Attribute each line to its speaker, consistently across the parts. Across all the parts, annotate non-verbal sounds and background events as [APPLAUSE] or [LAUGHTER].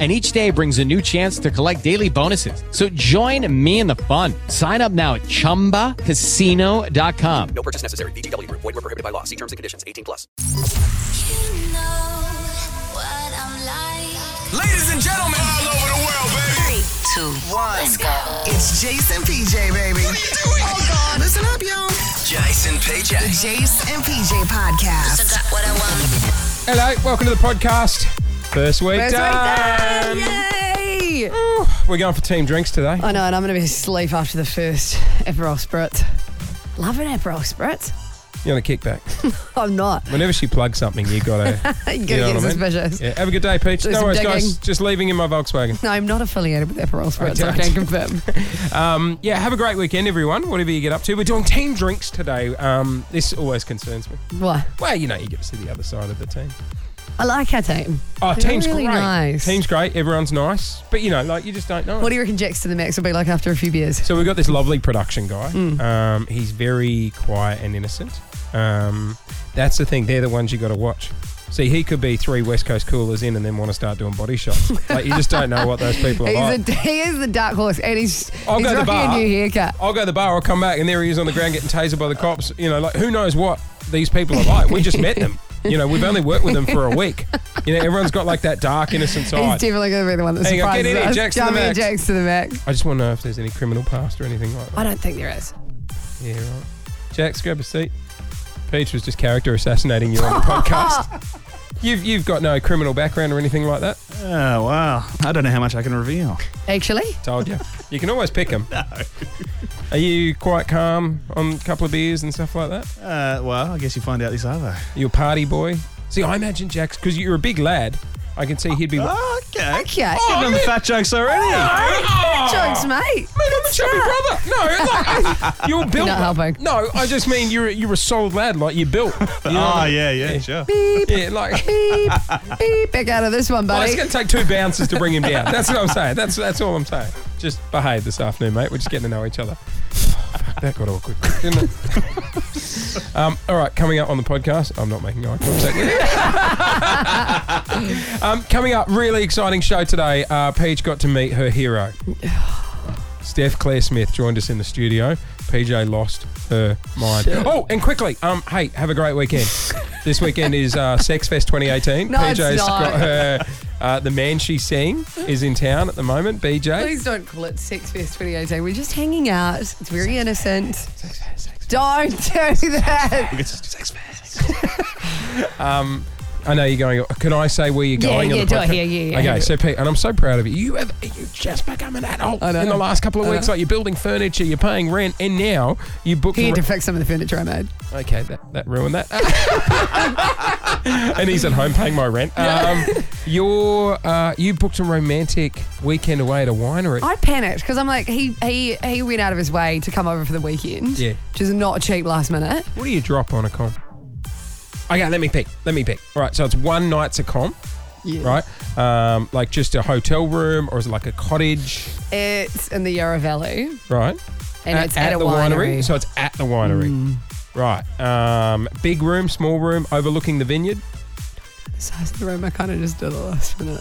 Speaker 1: and each day brings a new chance to collect daily bonuses. So join me in the fun. Sign up now at ChumbaCasino.com.
Speaker 2: No purchase necessary. VGW Group. Void were prohibited by law. See terms and conditions. 18 plus.
Speaker 3: You know what I'm like.
Speaker 4: Ladies and gentlemen, all over the world, baby.
Speaker 5: two,
Speaker 4: One.
Speaker 5: let's go.
Speaker 6: It's Jason PJ, baby. What are you doing? Oh, God. Listen up, y'all.
Speaker 4: Jason PJ.
Speaker 6: The Jason and PJ podcast.
Speaker 5: Got what I want.
Speaker 7: Hello, welcome to the podcast. First week done.
Speaker 8: Yay!
Speaker 7: We're going for team drinks today.
Speaker 8: I know, and I'm going to be asleep after the first Aperol Spritz. Love an Aperol Spritz.
Speaker 7: You're on a kickback.
Speaker 8: I'm not.
Speaker 7: Whenever she plugs something, you
Speaker 8: [LAUGHS]
Speaker 7: gotta.
Speaker 8: You
Speaker 7: you know
Speaker 8: gotta get
Speaker 7: what I mean?
Speaker 8: suspicious.
Speaker 7: Yeah, have a good day, Peach.
Speaker 8: Do
Speaker 7: no
Speaker 8: some
Speaker 7: worries, guys.
Speaker 8: digging.
Speaker 7: Just leaving in my Volkswagen.
Speaker 8: No, I'm not affiliated with Aperol Spritz. I
Speaker 7: don't.
Speaker 8: can confirm.
Speaker 7: Um, yeah, have a great weekend, everyone. Whatever you get up to, we're doing team drinks today. Um, this always concerns me.
Speaker 8: what?
Speaker 7: Well, you know, you get to see the other side of the team.
Speaker 8: I like our team.
Speaker 7: Oh,
Speaker 8: They're
Speaker 7: team's
Speaker 8: really
Speaker 7: great.
Speaker 8: nice.
Speaker 7: Team's great. Everyone's nice, but you know, like you just don't know.
Speaker 8: What do you reckon Jax to the Max will be like after a few beers?
Speaker 7: So we've got this lovely production guy.
Speaker 8: Hmm.
Speaker 7: Um, he's very quiet and innocent. Um, that's the thing. They're the ones you got to watch. See, he could be three West Coast coolers in and then want to start doing body
Speaker 8: [LAUGHS]
Speaker 7: shots. like you just don't know what those people are
Speaker 8: He's
Speaker 7: like.
Speaker 8: a, he is the dark horse, and he's,
Speaker 7: I'll
Speaker 8: he's
Speaker 7: go to the
Speaker 8: rocking
Speaker 7: bar.
Speaker 8: a new haircut.
Speaker 7: I'll go to the bar. I'll come back, and there he is on the ground getting tasered by the cops. You know, like who knows what these people are like? We just met them. You know, we've only worked with them for a week. You know, everyone's got like that dark innocent
Speaker 8: He's
Speaker 7: side.
Speaker 8: definitely going to be the one that
Speaker 7: Hang on, get
Speaker 8: surprises
Speaker 7: in here,
Speaker 8: us.
Speaker 7: Jax to the
Speaker 8: Jump in,
Speaker 7: Max.
Speaker 8: Jax to the Max.
Speaker 7: I just want to know if there's any criminal past or anything like that.
Speaker 8: I don't think there is.
Speaker 7: Yeah, right. Jax, grab a seat. Peach was just character assassinating you on the podcast. You've, you've got no criminal background or anything like that.
Speaker 9: Oh, wow. I don't know how much I can reveal.
Speaker 8: Actually,
Speaker 7: Told you. You can always pick them. Are you quite calm on a couple of beers and stuff like that?
Speaker 9: Uh, well, I guess you find out this other.
Speaker 7: You a party boy? See, I imagine Jax, because you're a big lad, I can see he'd be.
Speaker 9: [LAUGHS]
Speaker 7: Oh,
Speaker 9: Oh, okay.
Speaker 8: okay.
Speaker 9: I've done the fat jokes already.
Speaker 7: Oh.
Speaker 8: Jokes, mate.
Speaker 7: Mate, I'm a chubby brother. No, like, I- you're built.
Speaker 8: Not helping.
Speaker 7: No, I just mean you're a- you're a solid lad, like you're built. You know what
Speaker 9: Oh,
Speaker 7: I mean?
Speaker 9: yeah, yeah, sure.
Speaker 7: Yeah, like
Speaker 8: beep, beep, back out of this one,
Speaker 7: Well,
Speaker 8: buddy.
Speaker 7: it's going to take two bounces to bring him down. That's what I'm saying. That's that's all I'm saying. Just behave this afternoon, mate. We're just getting to know each other. [SIGHS] Fuck, that got awkward, didn't it? [LAUGHS] um, all right, coming up on the podcast. I'm not making eye contact. with you. [LAUGHS] um, coming up, really exciting show today. Uh, Paige got to meet her hero. [SIGHS] Steph Claire Smith joined us in the studio. PJ lost her mind. Oh, and quickly, um, hey, have a great weekend. this weekend is uh, Sex Fest 2018.
Speaker 8: No, it's
Speaker 7: PJ's
Speaker 8: not.
Speaker 7: got her. Uh, the man she's seeing is in town at the moment. BJ.
Speaker 8: Please don't call it Sex Fest 2018. We're just hanging out. It's very innocent. Don't do that.
Speaker 9: It's just sex
Speaker 7: [LAUGHS]
Speaker 9: fest.
Speaker 7: Um, I know you're going. Can I say where you're
Speaker 8: Yeah,
Speaker 7: going? on
Speaker 8: yeah,
Speaker 7: the
Speaker 8: do it
Speaker 7: podcast?
Speaker 8: here, yeah, yeah.
Speaker 7: Okay, so Pete, and I'm so proud of you. You have you just become an adult
Speaker 8: I know.
Speaker 7: in the last couple of
Speaker 8: I
Speaker 7: weeks.
Speaker 8: know.
Speaker 7: Like you're building furniture, you're paying rent, and now you book.
Speaker 8: He had to fix some of the furniture I made.
Speaker 7: Okay, that, that ruined that. [LAUGHS] and he's at home paying my rent. Um, you're uh, you booked a romantic weekend away at a winery.
Speaker 8: I panicked because I'm like, he, he he went out of his way to come over for the weekend,
Speaker 7: Yeah.
Speaker 8: which is not cheap last minute.
Speaker 7: What do you drop on a com? Okay, let me pick. Let me pick. All right, so it's one night's a com,
Speaker 8: Yeah.
Speaker 7: right? Um, like just a hotel room, or is it like a cottage,
Speaker 8: It's in the Yarra Valley, and
Speaker 7: right?
Speaker 8: it's at, a
Speaker 7: the
Speaker 8: winery. Hmm.
Speaker 7: So it's at the winery, right? Um, big room, small room, overlooking the vineyard.
Speaker 8: the size of the room, I kind of just did it last minute.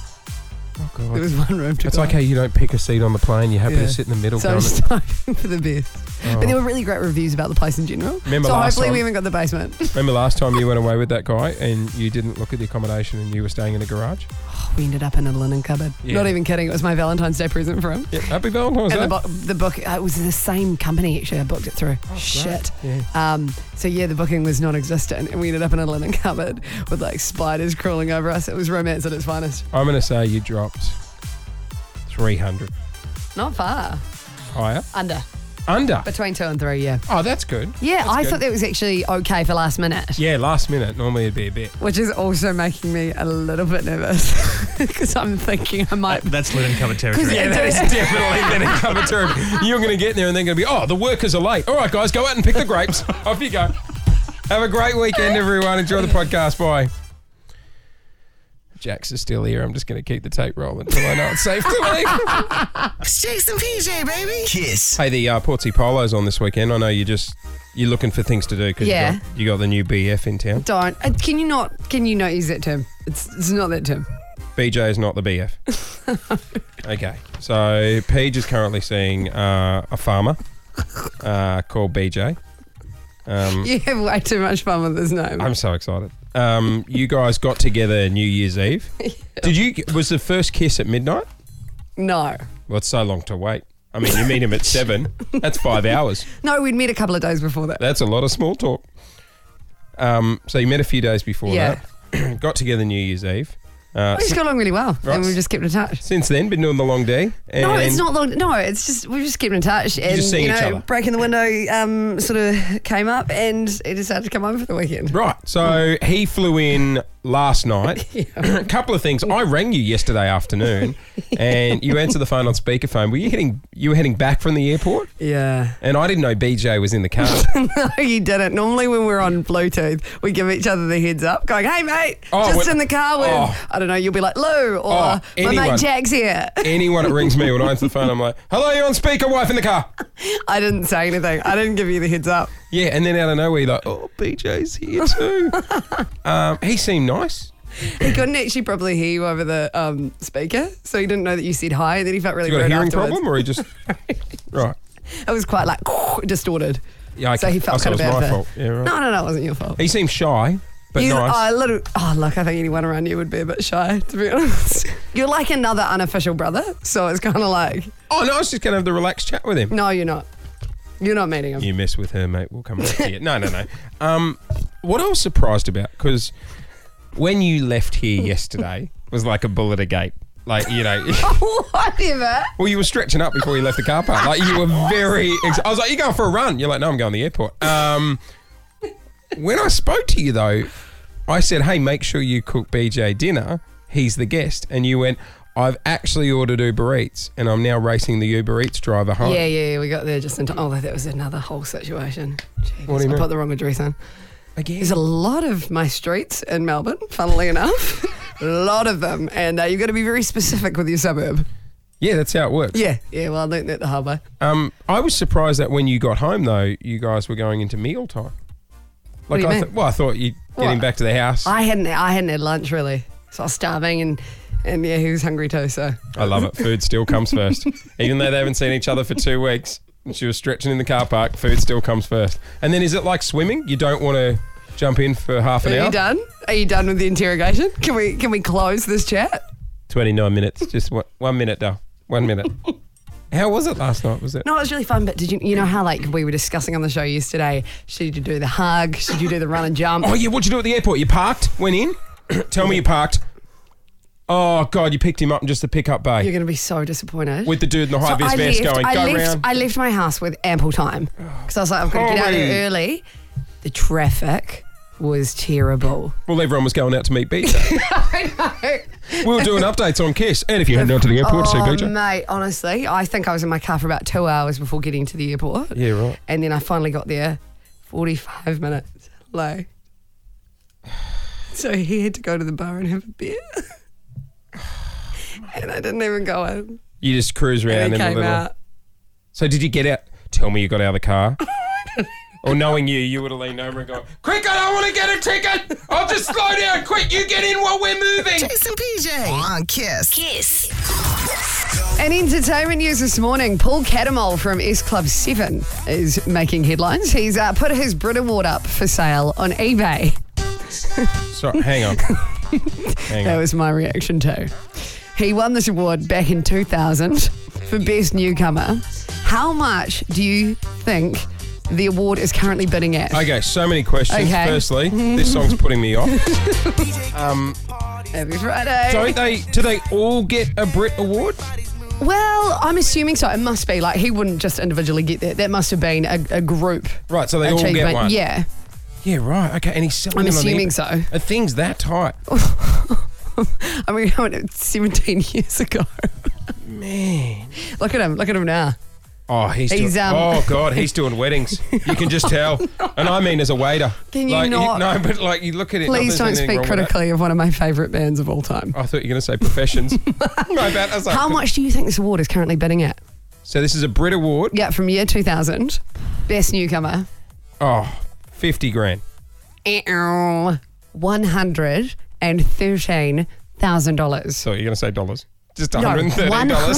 Speaker 7: Oh
Speaker 8: There was
Speaker 7: god,
Speaker 8: one room to
Speaker 7: it's
Speaker 8: go.
Speaker 7: like how you don't pick a seat on the plane. You're happy
Speaker 8: Yeah.
Speaker 7: to sit in the middle.
Speaker 8: So I'm
Speaker 7: can't
Speaker 8: just [LAUGHS]
Speaker 7: it? Oh.
Speaker 8: hoping for the best. But there were really great reviews about the place in general.
Speaker 7: Remember
Speaker 8: so
Speaker 7: last
Speaker 8: hopefully
Speaker 7: time-
Speaker 8: we haven't got the basement.
Speaker 7: Remember last time you went away with that guy and you didn't look at the accommodation and you were staying in a garage?
Speaker 8: We ended up in a linen cupboard.
Speaker 7: Yeah.
Speaker 8: Not even kidding. It was my Valentine's Day present for him.
Speaker 7: Yeah, happy Valentine's
Speaker 8: And
Speaker 7: Day.
Speaker 8: the, bo- the book, uh, it Oh, was the same company actually. I booked it through. Shit.
Speaker 7: Yeah.
Speaker 8: Um, so yeah, the booking was non-existent, and we ended up in a linen cupboard with like spiders crawling over us. It was romance at its finest.
Speaker 7: I'm going to say you dropped 300
Speaker 8: Not far
Speaker 7: higher.
Speaker 8: under,
Speaker 7: Under.
Speaker 8: between two and three. Yeah.
Speaker 7: Oh, that's good.
Speaker 8: Yeah,
Speaker 7: That's
Speaker 8: I
Speaker 7: good.
Speaker 8: thought that was actually okay for last minute,
Speaker 7: Yeah, last minute. Normally it'd be a bit. [LAUGHS]
Speaker 8: which is also making me a little bit nervous [LAUGHS] because I'm thinking I might.
Speaker 9: That's linen covered territory.
Speaker 8: Yeah, that is
Speaker 7: definitely been in cover territory. You're going to get there and they're going to be, oh, the workers are late. All right, guys, go out and pick the grapes. Off you go. Have a great weekend, everyone. Enjoy the podcast. Bye. Jax is still here. I'm just going to keep the tape rolling until I know it's safe to leave.
Speaker 6: It's Jason PJ, baby.
Speaker 4: Kiss.
Speaker 7: Hey, the uh, Portsea Polo's on this weekend. I know you just you're looking for things to do because
Speaker 8: Yeah.
Speaker 7: you, got, you got the new BF in town.
Speaker 8: Don't. Uh, Can you not? Can you not use that term? It's, it's not that term.
Speaker 7: BJ is not the BF.
Speaker 8: [LAUGHS]
Speaker 7: okay, so Paige is currently seeing uh, a farmer uh, called BJ. Um,
Speaker 8: [LAUGHS] You have way too much fun with this name.
Speaker 7: I'm so excited. Um, you guys got together New Year's
Speaker 8: [LAUGHS]
Speaker 7: Eve. Did you? Was the first kiss at midnight?
Speaker 8: no.
Speaker 7: Well, it's so long to wait. I mean, you meet him at seven. That's five hours.
Speaker 8: No, we'd met a couple of days before that.
Speaker 7: That's a lot of small talk. Um, so you met a few days before
Speaker 8: Yeah.
Speaker 7: that. [CLEARS THROAT] got together New Year's Eve. Uh,
Speaker 8: We just got along really well,
Speaker 7: Right.
Speaker 8: and we just kept in touch.
Speaker 7: since then, been doing the long day. And
Speaker 8: No, it's not long. No, it's just we just kept in touch and
Speaker 7: just seeing
Speaker 8: you
Speaker 7: each
Speaker 8: know
Speaker 7: other.
Speaker 8: breaking the window um, sort of came up and he decided to come over for the weekend.
Speaker 7: Right. So he flew in last night. [CLEARS THROAT] a couple of things. I rang you yesterday afternoon, and you answered the phone on speakerphone. Were you heading? You were heading back from the airport,
Speaker 8: Yeah, [LAUGHS]
Speaker 7: and I didn't know BJ was in the car.
Speaker 8: no, you didn't. Normally, when we're on Bluetooth, we give each other the heads up, going, "Hey, mate,
Speaker 7: Oh,
Speaker 8: just
Speaker 7: when-
Speaker 8: in the car with
Speaker 7: Oh.
Speaker 8: I don't know." You'll be like Lou or
Speaker 7: Oh,
Speaker 8: my
Speaker 7: anyone.
Speaker 8: mate Jack's here. [LAUGHS]
Speaker 7: Anyone that rings me when I answer the phone, I'm like, "Hello, you on speaker? Wife in the car."
Speaker 8: I didn't say anything. I didn't give you the heads up.
Speaker 7: Yeah, and then out of nowhere, you're like, "Oh, BJ's here too." um, he seemed nice.
Speaker 8: He couldn't actually probably hear you over the um, speaker, so he didn't know that you said hi. And then he felt really
Speaker 7: You got a
Speaker 8: rude
Speaker 7: hearing
Speaker 8: afterwards.
Speaker 7: problem, or he just right?
Speaker 8: It was quite like [LAUGHS] distorted.
Speaker 7: Yeah,
Speaker 8: So he felt
Speaker 7: I
Speaker 8: kind of
Speaker 7: thought it
Speaker 8: bad.
Speaker 7: was my
Speaker 8: for-
Speaker 7: fault. Yeah, right.
Speaker 8: No, no, no, it wasn't your fault.
Speaker 7: He seemed shy, but
Speaker 8: you,
Speaker 7: nice.
Speaker 8: oh, little, oh, look, I think anyone around you would be a bit shy, [LAUGHS] to be honest. You're like another unofficial brother, so it's kind of like,
Speaker 7: oh no, I was just gonna have the relaxed chat with him.
Speaker 8: no, you're not. You're not meeting him.
Speaker 7: You mess with her, mate. We'll come back to you. No, no, no. Um, what I was surprised about because when you left here yesterday was like a bullet a gate. Like you know, [LAUGHS]
Speaker 8: [LAUGHS] Whatever.
Speaker 7: well, you were stretching up before you left the car park. Like you were very. Ex- I was like, "You going for a run?" You're like, "No, I'm going to the airport." Um, when I spoke to you though, I said, "Hey, make sure you cook BJ dinner. He's the guest." And you went, "I've actually ordered Uber Eats, and I'm now racing the Uber Eats driver home."
Speaker 8: Yeah, yeah, yeah, we got there just in time. Oh, that was another whole situation. Jesus,
Speaker 7: What do you
Speaker 8: I
Speaker 7: mean?
Speaker 8: put the wrong address in.
Speaker 7: Again.
Speaker 8: There's a lot of my streets in Melbourne, funnily enough. [LAUGHS] a lot of them. And uh, you've got to be very specific with your suburb.
Speaker 7: Yeah, that's how it works.
Speaker 8: Yeah, yeah, well, I learned that the hard way.
Speaker 7: Um, I was surprised that when you got home, though, you guys were going into meal time.
Speaker 8: What do you
Speaker 7: I
Speaker 8: mean?
Speaker 7: thought- well, I thought you getting
Speaker 8: What?
Speaker 7: back to the house. I,
Speaker 8: I hadn't, I hadn't had lunch really, so I was starving and, and yeah, he was hungry too, so.
Speaker 7: love
Speaker 8: [LAUGHS]
Speaker 7: it. Food still comes first, even though they haven't seen each other for two weeks. And she was stretching in the car park. Food still comes first. And then is it like swimming? You don't want to jump in for half an
Speaker 8: Are
Speaker 7: hour.
Speaker 8: you done? Are you done with the interrogation? Can we can we close this chat?
Speaker 7: Twenty nine minutes. Just one, one minute, though. One
Speaker 8: [LAUGHS]
Speaker 7: minute. How was it last night? Was it?
Speaker 8: No, it was really fun. But did you you know how like we were discussing on the show yesterday? Should you do the hug? Should you do the run and jump?
Speaker 7: Oh yeah, what'd you do at the airport? You parked, went in. [CLEARS THROAT] Tell me you parked. Oh god, you picked him up in just the pickup bay.
Speaker 8: You're going to be so disappointed.
Speaker 7: with the dude in the high
Speaker 8: So
Speaker 7: vis
Speaker 8: I
Speaker 7: vest
Speaker 8: left,
Speaker 7: going,
Speaker 8: I
Speaker 7: go
Speaker 8: left,
Speaker 7: round.
Speaker 8: I left my house with ample time because I was like, I've got to get out of
Speaker 7: Holy.
Speaker 8: here early. The traffic was terrible.
Speaker 7: well, everyone was going out to meet BJ. we were doing updates on Kiss, and if you head down to the airport, to see
Speaker 8: Oh,
Speaker 7: BJ.
Speaker 8: mate, honestly, I think I was in my car for about two hours before getting to the airport.
Speaker 7: Yeah, right.
Speaker 8: And then I finally got there 45 minutes late. [SIGHS] So he had to go to the bar and have a beer. [SIGHS] and I didn't even go in.
Speaker 7: You just cruise around
Speaker 8: And
Speaker 7: and
Speaker 8: he
Speaker 7: a
Speaker 8: came
Speaker 7: little.
Speaker 8: out.
Speaker 7: So did you get out? Tell me you got out of the car. [LAUGHS] or knowing you, you would have leaned over and gone, "Quick, I don't want to get a ticket. I'll just slow down. Quick, you get in while we're moving."
Speaker 6: Jason PJ on Kiss.
Speaker 3: Kiss.
Speaker 8: And entertainment news this morning, Paul Catamol from S Club 7 is making headlines. He's uh, put his Brit Award up for sale on eBay.
Speaker 7: Sorry, hang on. hang
Speaker 8: That
Speaker 7: on.
Speaker 8: was my reaction too. He won this award back in 2000 for Best Newcomer. How much do you think the award is currently bidding at?
Speaker 7: Okay, so many questions.
Speaker 8: Okay. [LAUGHS]
Speaker 7: Firstly, this song's putting me off. um,
Speaker 8: Happy Friday.
Speaker 7: don't they? Do they all get a Brit Award?
Speaker 8: Well, I'm assuming so. It must be like he wouldn't just individually get that. That must have been a, a group
Speaker 7: Right, so they all
Speaker 8: achievement.
Speaker 7: get one.
Speaker 8: Yeah.
Speaker 7: Yeah, right. Okay, and he's selling.
Speaker 8: I'm
Speaker 7: it on
Speaker 8: assuming
Speaker 7: eBay.
Speaker 8: so.
Speaker 7: A thing's that tight,
Speaker 8: I mean, [LAUGHS] I went 17 years ago.
Speaker 7: man.
Speaker 8: Look at him. Look at him now.
Speaker 7: I Oh, he's,
Speaker 8: He's,
Speaker 7: doing,
Speaker 8: um,
Speaker 7: oh god, he's doing
Speaker 8: [LAUGHS]
Speaker 7: weddings. You can just tell, and I mean as a waiter.
Speaker 8: Can you
Speaker 7: like, [LAUGHS]
Speaker 8: not-
Speaker 7: no, but like you look at it. not there's
Speaker 8: Please don't
Speaker 7: anything
Speaker 8: speak
Speaker 7: wrong with that. Oh,
Speaker 8: critically of one of my favourite bands of all time.
Speaker 7: I thought you were going to say
Speaker 8: [LAUGHS]
Speaker 7: professions. [LAUGHS] My bad. I was like,
Speaker 8: How much do you think this award is currently bidding at?
Speaker 7: So this is a Brit Award.
Speaker 8: Yeah, from year 2000. Best newcomer. E
Speaker 7: Oh, 50 grand.
Speaker 8: $113,000.
Speaker 7: So you're going to say dollars? Just
Speaker 8: No,
Speaker 7: $113. Are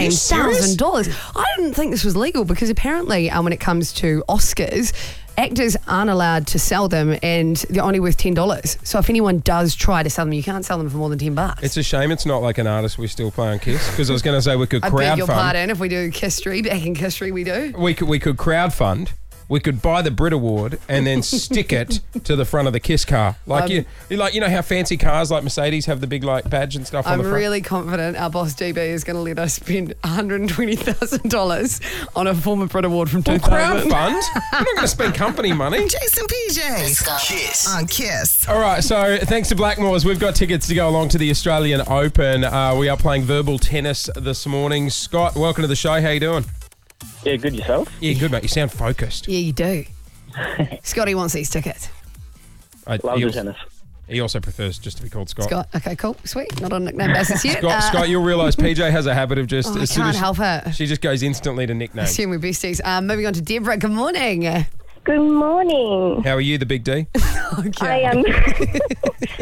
Speaker 7: you serious?
Speaker 8: $113,000. I didn't think this was legal because apparently, um, when it comes to Oscars, actors aren't allowed to sell them and they're only worth $10. So if anyone does try to sell them, you can't sell them for more than 10 bucks.
Speaker 7: It's a shame it's not like an artist we're still playing Kiss because I was going to say we could
Speaker 8: I beg your
Speaker 7: crowdfund.
Speaker 8: pardon if we do Kistery, back in Kistery we do.
Speaker 7: We could, we could crowdfund. We could buy the Brit Award and
Speaker 8: [LAUGHS]
Speaker 7: then stick it to the front of the Kiss car. Like
Speaker 8: I'm-
Speaker 7: you, you like you know how fancy cars like Mercedes have the big like badge and stuff on
Speaker 8: I'm
Speaker 7: the front.
Speaker 8: really confident our boss DB is going to let us spend $120,000 on a former Brit Award from
Speaker 7: [LAUGHS] well,
Speaker 8: 2000.
Speaker 7: crowdfund. I'm not
Speaker 8: [LAUGHS]
Speaker 7: going to spend company money.
Speaker 6: Jason PJ
Speaker 4: Kiss.
Speaker 6: on Kiss.
Speaker 7: All right, so thanks to Blackmores, we've got tickets to go along to the Australian Open. Uh, we are playing verbal tennis this morning. Scott, welcome to the show. How you doing?
Speaker 5: Yeah, good yourself.
Speaker 7: Yeah, good mate. You sound focused.
Speaker 8: Yeah, you do. Scotty wants these tickets.
Speaker 7: Uh,
Speaker 5: Love
Speaker 7: he,
Speaker 5: the
Speaker 7: also,
Speaker 5: tennis.
Speaker 7: he also prefers just to be called Scott. Scott,
Speaker 8: Scott, okay, cool, sweet. Not on nickname basis yet. Uh,
Speaker 7: Scott you'll realise PJ has a habit
Speaker 8: [LAUGHS]
Speaker 7: of just.
Speaker 8: oh, I
Speaker 7: as soon
Speaker 8: can't
Speaker 7: as-
Speaker 8: help
Speaker 7: [LAUGHS]
Speaker 8: her.
Speaker 7: She just goes instantly to nicknames.
Speaker 8: Assume we're besties. Um, moving on to Deborah. Good morning. Okay.
Speaker 10: Good morning.
Speaker 7: How are you, the big D?
Speaker 10: I am.
Speaker 7: I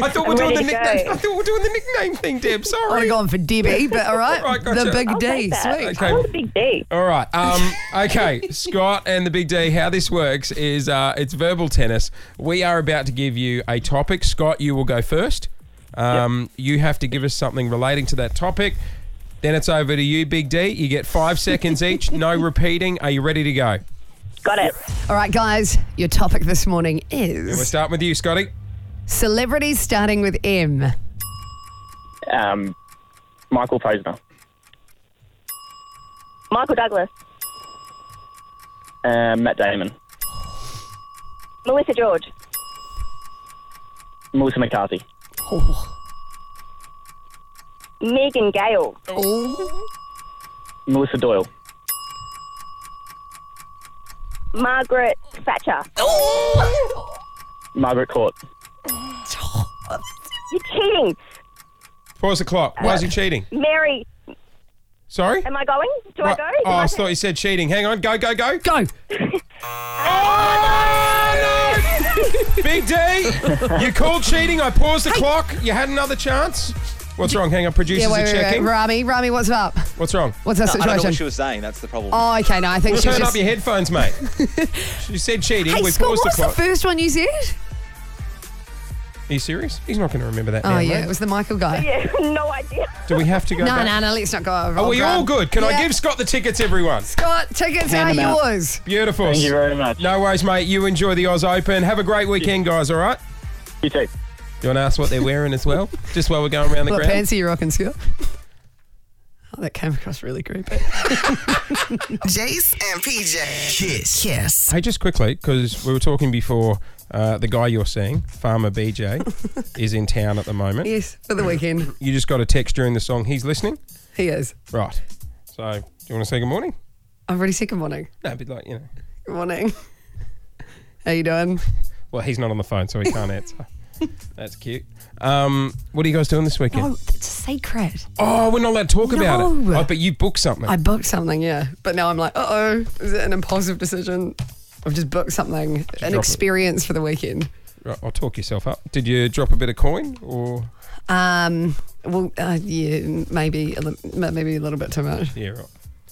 Speaker 7: thought we're
Speaker 10: I'm ready
Speaker 7: doing the
Speaker 10: to
Speaker 7: nickname.
Speaker 10: go.
Speaker 7: I thought we're doing the nickname thing, Deb.
Speaker 8: I would
Speaker 7: Sorry.
Speaker 8: have gone for Debbie,
Speaker 10: [LAUGHS]
Speaker 8: but all right.
Speaker 7: Right, gotcha.
Speaker 8: The big
Speaker 7: I'll
Speaker 8: D,
Speaker 10: take that.
Speaker 8: sweet.
Speaker 7: Okay.
Speaker 10: I was a big D.
Speaker 7: All right. Um, okay, Scott and the Big D. How this works is uh, it's verbal tennis. We are about to give you a topic. Scott, you will go first. Um, You have to give us something relating to that topic. Then it's over to you, Big D. You get five seconds each. No repeating. Are you ready to go?
Speaker 10: Got it.
Speaker 8: All right, guys, your topic this morning
Speaker 7: We're
Speaker 8: is
Speaker 7: starting with you, Scotty.
Speaker 8: celebrities starting with M.
Speaker 5: Um, Michael Posner.
Speaker 10: Michael Douglas.
Speaker 5: Um, Matt Damon.
Speaker 10: Melissa George.
Speaker 5: Melissa McCarthy.
Speaker 10: Oh. Megan Gale.
Speaker 5: Oh. Melissa Doyle.
Speaker 10: Margaret Thatcher.
Speaker 5: Margaret Court.
Speaker 10: You're cheating.
Speaker 7: Pause the clock. Why is he cheating?
Speaker 10: Mary,
Speaker 7: Sorry?
Speaker 10: am I going? Do I
Speaker 7: Right.
Speaker 10: go?
Speaker 7: Oh,
Speaker 10: Do
Speaker 7: I
Speaker 10: I
Speaker 7: thought you said cheating. Hang on. Go, go, go. [LAUGHS]
Speaker 8: Go.
Speaker 7: Oh, Big D, you called cheating. I paused the clock. You had another chance. What's wrong? Hang on. Producers
Speaker 8: Yeah, wait,
Speaker 7: are
Speaker 8: wait, wait.
Speaker 7: checking.
Speaker 8: Rami, Rami, what's up?
Speaker 7: What's wrong?
Speaker 8: What's our
Speaker 11: I don't know
Speaker 8: situation?
Speaker 11: what she was saying. That's the problem.
Speaker 8: Oh, okay. No, I think
Speaker 7: Well,
Speaker 8: she was
Speaker 7: turn
Speaker 8: just.
Speaker 7: up your headphones,
Speaker 8: [LAUGHS]
Speaker 7: mate. she said cheating.
Speaker 8: hey,
Speaker 7: we
Speaker 8: Scott,
Speaker 7: paused
Speaker 8: what
Speaker 7: the clock.
Speaker 8: was the first one you said?
Speaker 7: Are you serious? He's not going to remember that.
Speaker 8: Oh,
Speaker 7: now,
Speaker 8: yeah,
Speaker 7: mate.
Speaker 8: it was the Michael guy.
Speaker 10: Yeah, no idea.
Speaker 7: Do we have to go?
Speaker 8: [LAUGHS] No,
Speaker 7: back?
Speaker 8: no, no, let's not go over.
Speaker 7: Are we all good? Can
Speaker 8: Yeah.
Speaker 7: I give Scott the tickets,
Speaker 8: [LAUGHS]
Speaker 7: everyone?
Speaker 8: Scott, tickets
Speaker 5: Hand
Speaker 8: are
Speaker 5: them out.
Speaker 8: yours.
Speaker 7: Beautiful.
Speaker 5: Thank you very much.
Speaker 7: No worries, mate. You enjoy the Oz Open. Have a great weekend, guys. All right.
Speaker 5: You too.
Speaker 7: You want to ask what they're wearing as
Speaker 8: [LAUGHS]
Speaker 7: well? Just while we're going around the
Speaker 8: What
Speaker 7: ground.
Speaker 8: pants are you rocking, Scott? [LAUGHS] Oh, that came across really creepy.
Speaker 6: Jace and PJ.
Speaker 4: Kiss.
Speaker 6: Kiss.
Speaker 7: Hey, just quickly, because we were talking before, uh, the guy you're seeing, Farmer
Speaker 8: [LAUGHS]
Speaker 7: BJ, is in town at the moment.
Speaker 8: yes, for the weekend.
Speaker 7: You just got a text during the song. He's listening.
Speaker 8: He is.
Speaker 7: Right. So, do you want to say good morning?
Speaker 8: I've already said good morning.
Speaker 7: No, but like, you know.
Speaker 8: Good morning. How you doing?
Speaker 7: Well, he's not on the phone, so he
Speaker 8: [LAUGHS]
Speaker 7: can't answer. That's cute. Um, what are you guys doing this weekend?
Speaker 8: Oh, it's a secret.
Speaker 7: Oh, we're not allowed to talk about it.
Speaker 8: No.
Speaker 7: Oh, but you booked something.
Speaker 8: I booked something, yeah. But now I'm like, uh oh, is it an impulsive decision? I've just booked something, an
Speaker 7: it.
Speaker 8: experience for the weekend.
Speaker 7: Right, I'll talk yourself up. Did you drop a bit of coin or?
Speaker 8: Um, well, uh, yeah, maybe a, li- maybe a little bit too much.
Speaker 7: Yeah, right.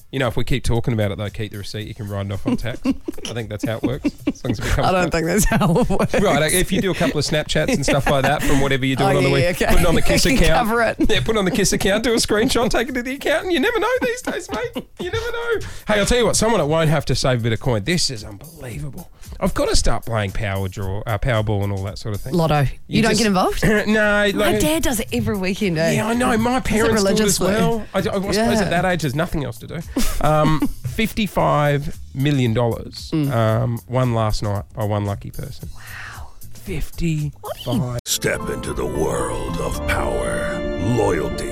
Speaker 7: You know, if we keep talking about it, though, keep the receipt. You can write it off on
Speaker 8: [LAUGHS]
Speaker 7: tax. I think that's how it works. As long as it becomes
Speaker 8: I don't think that's how it works.
Speaker 7: Right, if you do a couple of Snapchats and stuff like that from whatever you're doing
Speaker 8: Oh,
Speaker 7: on the
Speaker 8: yeah,
Speaker 7: week,
Speaker 8: yeah, okay.
Speaker 7: put it on the Kiss
Speaker 8: [LAUGHS] You
Speaker 7: account.
Speaker 8: can cover it.
Speaker 7: Yeah, put it on the Kiss account, do a screenshot, take it to the accountant. You never know these days, mate. You never know. Hey, I'll tell you what, someone that won't have to save a bit of coin. This is unbelievable. I've got to start playing Power Draw, uh, Powerball, and all that sort of thing.
Speaker 8: Lotto. You, don't
Speaker 7: just-
Speaker 8: get involved?
Speaker 7: [CLEARS THROAT] no,
Speaker 8: My
Speaker 7: like-
Speaker 8: dad does it every weekend, eh?
Speaker 7: yeah, I know. My parents do it as
Speaker 8: religiously.
Speaker 7: well. I, I suppose at
Speaker 8: Yeah.
Speaker 7: that age, there's nothing else to do. Um,
Speaker 8: [LAUGHS]
Speaker 7: Fifty-five million dollars
Speaker 8: Mm.
Speaker 7: um, won last night by one lucky person. Wow, fifty-five.
Speaker 12: Step into the world of power, loyalty,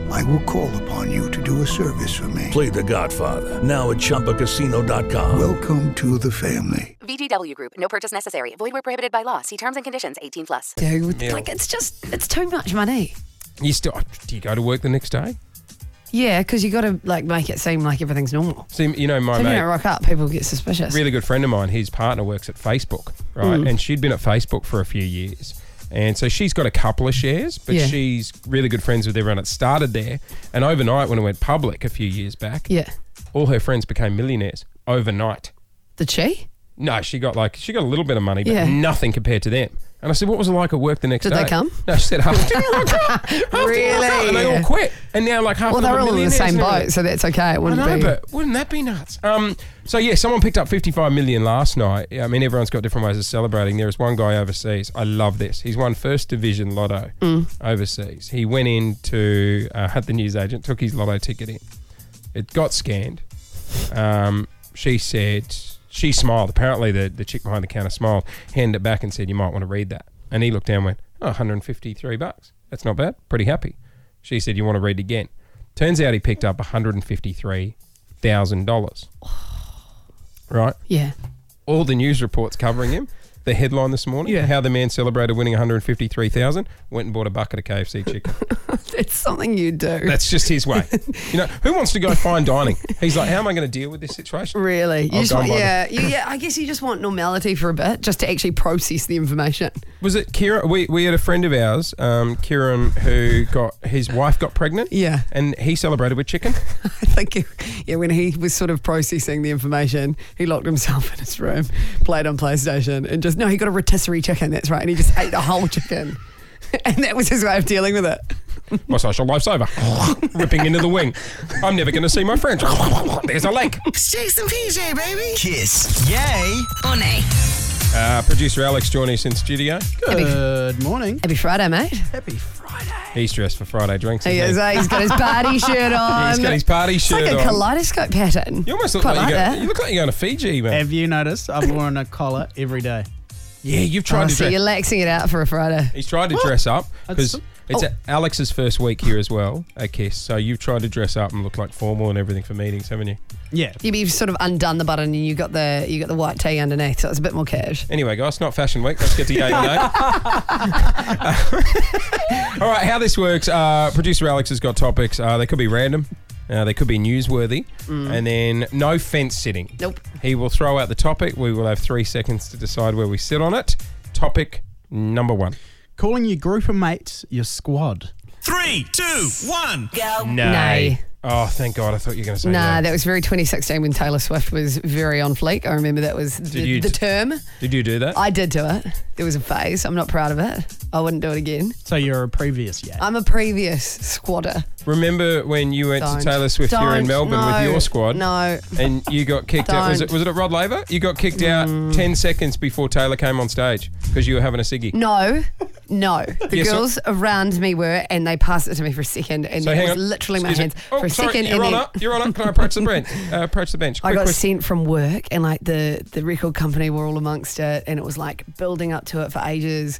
Speaker 11: I will call upon you to do a service for me. Play The Godfather now at ChumbaCasino.com. Welcome to the family.
Speaker 12: VGW Group. No purchase necessary. Void where prohibited by law. See terms and conditions. 18 plus.
Speaker 8: Dude,
Speaker 7: Yeah.
Speaker 8: like it's just it's too much money.
Speaker 7: You still do you go to work the next day?
Speaker 8: Yeah, because you got to like make it seem like everything's normal.
Speaker 7: See, you know my
Speaker 8: so if you
Speaker 7: mate.
Speaker 8: don't rock up, people get suspicious.
Speaker 7: really good friend of mine, his partner works at Facebook, right?
Speaker 8: Mm.
Speaker 7: And she'd been at Facebook for a few years. And so she's got a couple of shares, but
Speaker 8: Yeah.
Speaker 7: she's really good friends with everyone that started there. And overnight, when it went public a few years back,
Speaker 8: Yeah.
Speaker 7: all her friends became millionaires overnight.
Speaker 8: Did she?
Speaker 7: No, she got like she got a little bit of money, but
Speaker 8: Yeah.
Speaker 7: nothing compared to them. And I said, "What was it like at work the next
Speaker 8: Did
Speaker 7: day?"
Speaker 8: they come?
Speaker 7: No, she said, "Half."
Speaker 8: [LAUGHS] really?
Speaker 7: And they all quit. And now like half
Speaker 8: Well,
Speaker 7: of them
Speaker 8: they're
Speaker 7: are
Speaker 8: all in the
Speaker 7: millionaires
Speaker 8: same
Speaker 7: and everything.
Speaker 8: boat, so that's okay. It wouldn't
Speaker 7: I know,
Speaker 8: be.
Speaker 7: but wouldn't that be nuts? Um, so yeah, someone picked up 55 million last night. I mean, everyone's got different ways of celebrating. There is one guy overseas. I love this. He's won first division lotto
Speaker 8: Mm.
Speaker 7: overseas. He went in to uh, had the newsagent, took his lotto ticket in. It got scanned. Um, she said she smiled. Apparently, the the chick behind the counter smiled, handed it back, and said, "You might want to read that." And he looked down, and went, oh, 153 bucks. That's not bad. Pretty happy." She said, "You want to read it again?" Turns out he picked up 153 thousand dollars. Right?
Speaker 8: Yeah.
Speaker 7: All the news reports covering him. The headline this morning: How the man celebrated winning 153 thousand. Went and bought a bucket of KFC chicken.
Speaker 8: It's something you do.
Speaker 7: That's just his way. you know, who wants to go fine dining? He's like, how am I going to deal with this situation?
Speaker 8: Really? You
Speaker 7: I'll
Speaker 8: just
Speaker 7: go
Speaker 8: want,
Speaker 7: and buy the-
Speaker 8: yeah, you, yeah. I guess you just want normality for a bit, just to actually process the information. [LAUGHS]
Speaker 7: Was it Kira? We, we had a friend of ours, um, Kieran, who got his wife got pregnant. Yeah, and he celebrated with chicken.
Speaker 8: I think, it, yeah, when he was sort of processing the information, he locked himself [LAUGHS] in his room, played on PlayStation, and just no, he got a rotisserie chicken. That's right, and he just ate the whole chicken, [LAUGHS] and that was his way of dealing with it.
Speaker 7: My social life's over. [LAUGHS] Ripping into the wing. I'm never going to see my friends. [LAUGHS] There's a lake.
Speaker 6: It's Jason PJ, baby.
Speaker 7: Kiss.
Speaker 6: Yay or nay?
Speaker 7: Uh, producer Alex joining us in studio.
Speaker 8: Good morning. Happy Friday, mate. Happy.
Speaker 7: He's dressed for Friday drinks.
Speaker 8: He
Speaker 7: isn't
Speaker 8: is, eh? He's got
Speaker 7: [LAUGHS]
Speaker 8: his party shirt on.
Speaker 7: He's got his party
Speaker 8: it's
Speaker 7: shirt
Speaker 8: like a eh?
Speaker 7: on.
Speaker 8: kaleidoscope pattern.
Speaker 7: You almost look
Speaker 8: Quite
Speaker 7: like, you,
Speaker 8: that.
Speaker 7: go, you look like you're going to Fiji, man.
Speaker 9: Have you noticed? I've worn a collar every day.
Speaker 7: Yeah, you've tried
Speaker 8: Oh,
Speaker 7: to
Speaker 8: so
Speaker 7: dress.
Speaker 8: you're laxing it out for a Friday.
Speaker 7: He's tried to dress up because
Speaker 8: That's-
Speaker 7: it's
Speaker 8: Oh.
Speaker 7: a- Alex's first week here as well at Kiss. So you've tried to dress up and look like formal and everything for meetings, haven't you?
Speaker 9: Yeah.
Speaker 8: Yeah, but You've sort of undone the button and you got the you got the white tee underneath, so it's a bit more cash.
Speaker 7: Anyway, guys, not fashion week. Let's get to yay and nay. [LAUGHS] All right, how this works? Uh, Producer Alex has got topics. Uh, they could be random. Uh, they could be newsworthy.
Speaker 9: Mm.
Speaker 7: And then no fence sitting.
Speaker 8: Nope.
Speaker 7: He will throw out the topic. We will have three seconds to decide where we sit on it. Topic number one.
Speaker 9: Calling your group of mates your squad.
Speaker 7: Three, two, one.
Speaker 9: Go.
Speaker 8: Nay.
Speaker 7: Oh, thank God. I thought you were going to say
Speaker 8: nah,
Speaker 7: nay.
Speaker 8: that was very 2016 when Taylor Swift was very on fleek. I remember that was
Speaker 7: Did
Speaker 8: the,
Speaker 7: you
Speaker 8: the
Speaker 7: d-
Speaker 8: term.
Speaker 7: Did you do that?
Speaker 8: I did do it. There was a phase. I'm not proud of it. I wouldn't do it again.
Speaker 9: So you're a previous yet.
Speaker 8: I'm a previous squatter.
Speaker 7: Remember when you went
Speaker 8: Don't.
Speaker 7: to Taylor Swift here
Speaker 8: Don't.
Speaker 7: in Melbourne
Speaker 8: No.
Speaker 7: with your squad?
Speaker 8: No.
Speaker 7: And you got kicked out. Was
Speaker 8: Don't.
Speaker 7: it, was it at Rod Laver? You got kicked
Speaker 8: Mm.
Speaker 7: out 10 seconds before Taylor came on stage because you were having a ciggy.
Speaker 8: No, no. The
Speaker 7: Yes, so-
Speaker 8: girls around me were, and they passed it to me for a second, and
Speaker 7: So
Speaker 8: it
Speaker 7: hang
Speaker 8: was
Speaker 7: on.
Speaker 8: literally my
Speaker 7: Excuse me.
Speaker 8: hands
Speaker 7: Oh,
Speaker 8: for a
Speaker 7: sorry,
Speaker 8: second.
Speaker 7: Your
Speaker 8: and then-
Speaker 7: Honour, Your Honour, can I approach the
Speaker 8: [LAUGHS]
Speaker 7: bench? Uh, approach the bench.
Speaker 8: I
Speaker 7: Quick
Speaker 8: got
Speaker 7: question.
Speaker 8: sent from work, and like the the record company were all amongst it, and it was like building up to it for ages.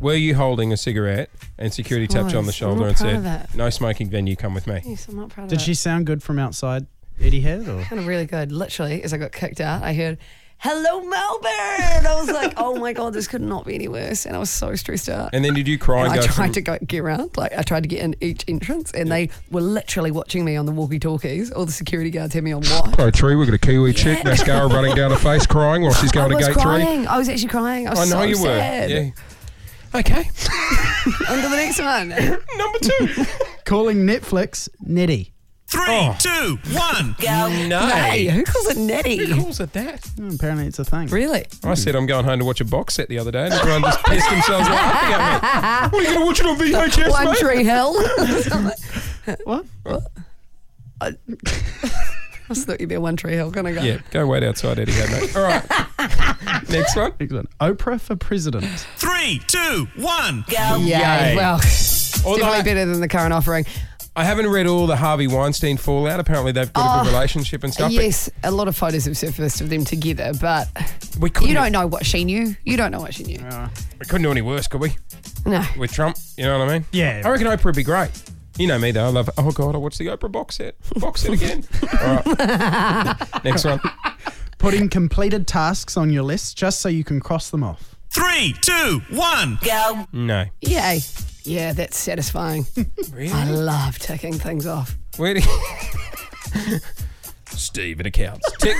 Speaker 7: Were you holding a cigarette and security tapped you on the
Speaker 8: Was. I'm
Speaker 7: shoulder
Speaker 8: not
Speaker 7: and
Speaker 8: proud
Speaker 7: said,
Speaker 8: of that.
Speaker 7: no smoking venue, come with me?
Speaker 8: Yes, I'm not proud of
Speaker 9: Did
Speaker 8: that.
Speaker 9: she sound good from outside Eddie Head? Or?
Speaker 8: kind of really good. Literally, as I got kicked out, I heard, "Hello, Melbourne." I was like, [LAUGHS] "Oh my god, this could not be any worse," and I was so stressed out.
Speaker 7: And then did you cry
Speaker 8: And
Speaker 7: and,
Speaker 8: I
Speaker 7: go,
Speaker 8: tried
Speaker 7: from-
Speaker 8: to go, get around, like I tried to get in each entrance, and they were literally watching me on the walkie-talkies. All the security guards had me on
Speaker 7: [LAUGHS]
Speaker 8: watch.
Speaker 7: Oh, tree, we've got a Kiwi chick, mascara running down her face, crying while she's going
Speaker 8: I
Speaker 7: to
Speaker 8: was
Speaker 7: gate
Speaker 8: crying. I was actually crying. I was
Speaker 7: I know
Speaker 8: so
Speaker 7: you were.
Speaker 8: sad.
Speaker 7: Yeah. Okay.
Speaker 8: On to the
Speaker 7: [LAUGHS]
Speaker 8: next one. Number
Speaker 7: two.
Speaker 9: [LAUGHS] Calling Netflix Netty.
Speaker 7: three,
Speaker 9: two,
Speaker 7: one.
Speaker 8: Go.
Speaker 7: Nay.
Speaker 8: Who calls it Netty?
Speaker 7: Who calls it that?
Speaker 9: Hmm, apparently, it's a thing.
Speaker 8: Really?
Speaker 7: I said I'm going home to watch a box set the other day, and everyone just pissed themselves laughing at me. What, are you going to watch it on VHS,
Speaker 8: One
Speaker 7: mate?
Speaker 8: Tree
Speaker 7: [LAUGHS]
Speaker 8: Hill. what?
Speaker 7: What?
Speaker 8: I, I just thought you'd be a One Tree Hill. Can I go? [LAUGHS]
Speaker 7: Yeah, go wait outside, Eddie. Go, mate. All right. Next one.
Speaker 9: Next one. Oprah for president.
Speaker 8: Three, two, one,
Speaker 9: go.
Speaker 8: Um, Yeah,
Speaker 9: Yay.
Speaker 8: well,
Speaker 7: Although
Speaker 8: definitely
Speaker 7: I-
Speaker 8: better than the current offering.
Speaker 7: I haven't read all the Harvey Weinstein fallout. Apparently, they've got a good
Speaker 8: Oh,
Speaker 7: relationship and stuff. but
Speaker 8: yes, a lot of photos have surfaced of them together, but
Speaker 7: we
Speaker 8: you don't know what she knew. You don't know what she knew.
Speaker 7: we couldn't do any worse, could we?
Speaker 8: No.
Speaker 7: With Trump, you know what I mean?
Speaker 9: Yeah.
Speaker 7: I reckon Oprah would be great. You know me though. I love. Oh God, I watched the Oprah box set. Box set again. all
Speaker 8: [LAUGHS]
Speaker 7: right. Next one.
Speaker 9: Putting completed tasks on your list just so you can cross them off.
Speaker 8: Three, two, one, go.
Speaker 7: No.
Speaker 8: Yay. Yeah, that's satisfying.
Speaker 7: really?
Speaker 8: I love ticking things off. [LAUGHS]
Speaker 7: Where do you... Steve at accounts. Tick.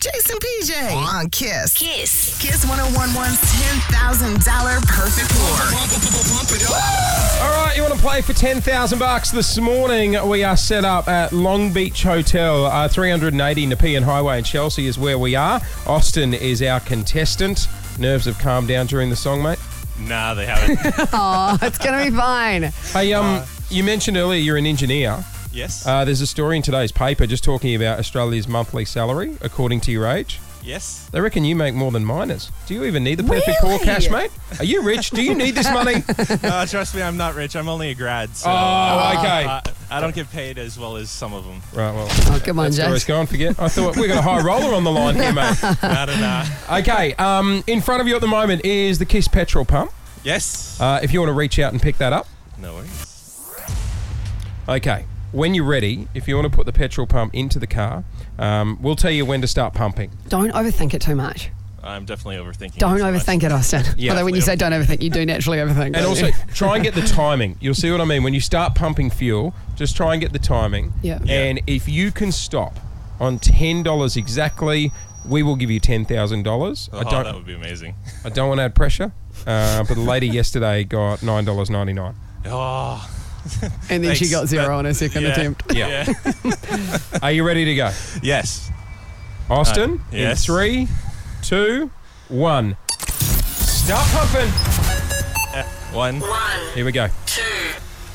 Speaker 6: Jason PJ on Kiss. Kiss. Kiss 1011's $10,000 perfect floor.
Speaker 7: All right, you want to play for ten thousand bucks this morning? We are set up at Long Beach Hotel, uh, three hundred and eighty Nepean Highway in Chelsea is where we are. Austin is our contestant. Nerves have calmed down during the song, mate.
Speaker 13: Nah, they haven't.
Speaker 8: oh, it's going to be fine.
Speaker 7: Hey, um, you mentioned earlier you're an engineer.
Speaker 13: Yes.
Speaker 7: Uh, there's a story in today's paper just talking about Australia's monthly salary according to your age.
Speaker 13: Yes.
Speaker 7: They reckon you make more than miners. Do you even need the perfect four
Speaker 13: Really?
Speaker 7: cash, mate? Are you rich? Do you need this money?
Speaker 13: uh, trust me, I'm not rich. I'm only a grad. So,
Speaker 7: Oh, okay.
Speaker 13: I, I don't get paid as well as some of them.
Speaker 7: Right, well.
Speaker 8: Oh, come on,
Speaker 7: that story's
Speaker 8: Jack.
Speaker 7: gone. Forget. I thought we got a high roller on the line here, mate.
Speaker 13: I don't know.
Speaker 7: [LAUGHS] Okay, um, in front of you at the moment is the Kiss petrol pump.
Speaker 13: Yes.
Speaker 7: Uh, if you want to reach out and pick that up.
Speaker 13: No worries.
Speaker 7: Okay, when you're ready, if you want to put the petrol pump into the car, um, we'll tell you when to start pumping.
Speaker 8: Don't overthink it too much.
Speaker 13: I'm definitely overthinking.
Speaker 8: Don't overthink it, Austin.
Speaker 7: Yeah.
Speaker 8: Although when you say don't overthink, you do naturally overthink.
Speaker 7: And
Speaker 8: don't
Speaker 7: also,
Speaker 8: [LAUGHS] you?
Speaker 7: try and get the timing. You'll see what I mean. When you start pumping fuel, just try and get the timing.
Speaker 8: Yeah.
Speaker 7: And if you can stop on $10 exactly, we will give you $10,000.
Speaker 13: Oh, that would be amazing.
Speaker 7: I don't want to add pressure, uh, but
Speaker 13: [LAUGHS]
Speaker 7: the lady yesterday got $9.99.
Speaker 13: Oh.
Speaker 8: And then she got zero on her second
Speaker 13: yeah,
Speaker 8: attempt.
Speaker 13: Yeah.
Speaker 7: Are you ready to go?
Speaker 13: Yes.
Speaker 7: Austin,
Speaker 13: Uh, yes.
Speaker 7: in three, two, one. Stop pumping.
Speaker 13: One.
Speaker 7: Here we go.
Speaker 3: Two,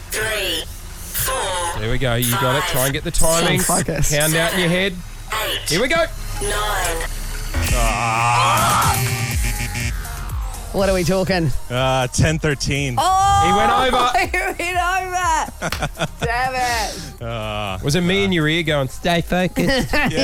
Speaker 3: three, four,
Speaker 7: There we go. You got it. Try and get the timing.
Speaker 3: Sounds like us.
Speaker 7: Count out in your head. Here we go.
Speaker 3: nine.
Speaker 8: What are we talking?
Speaker 13: Uh, 10 13.
Speaker 8: Oh,
Speaker 13: He went over.
Speaker 8: [LAUGHS] He went over. Damn it.
Speaker 13: Uh,
Speaker 7: Was it me in your ear going, stay focused?
Speaker 13: pretty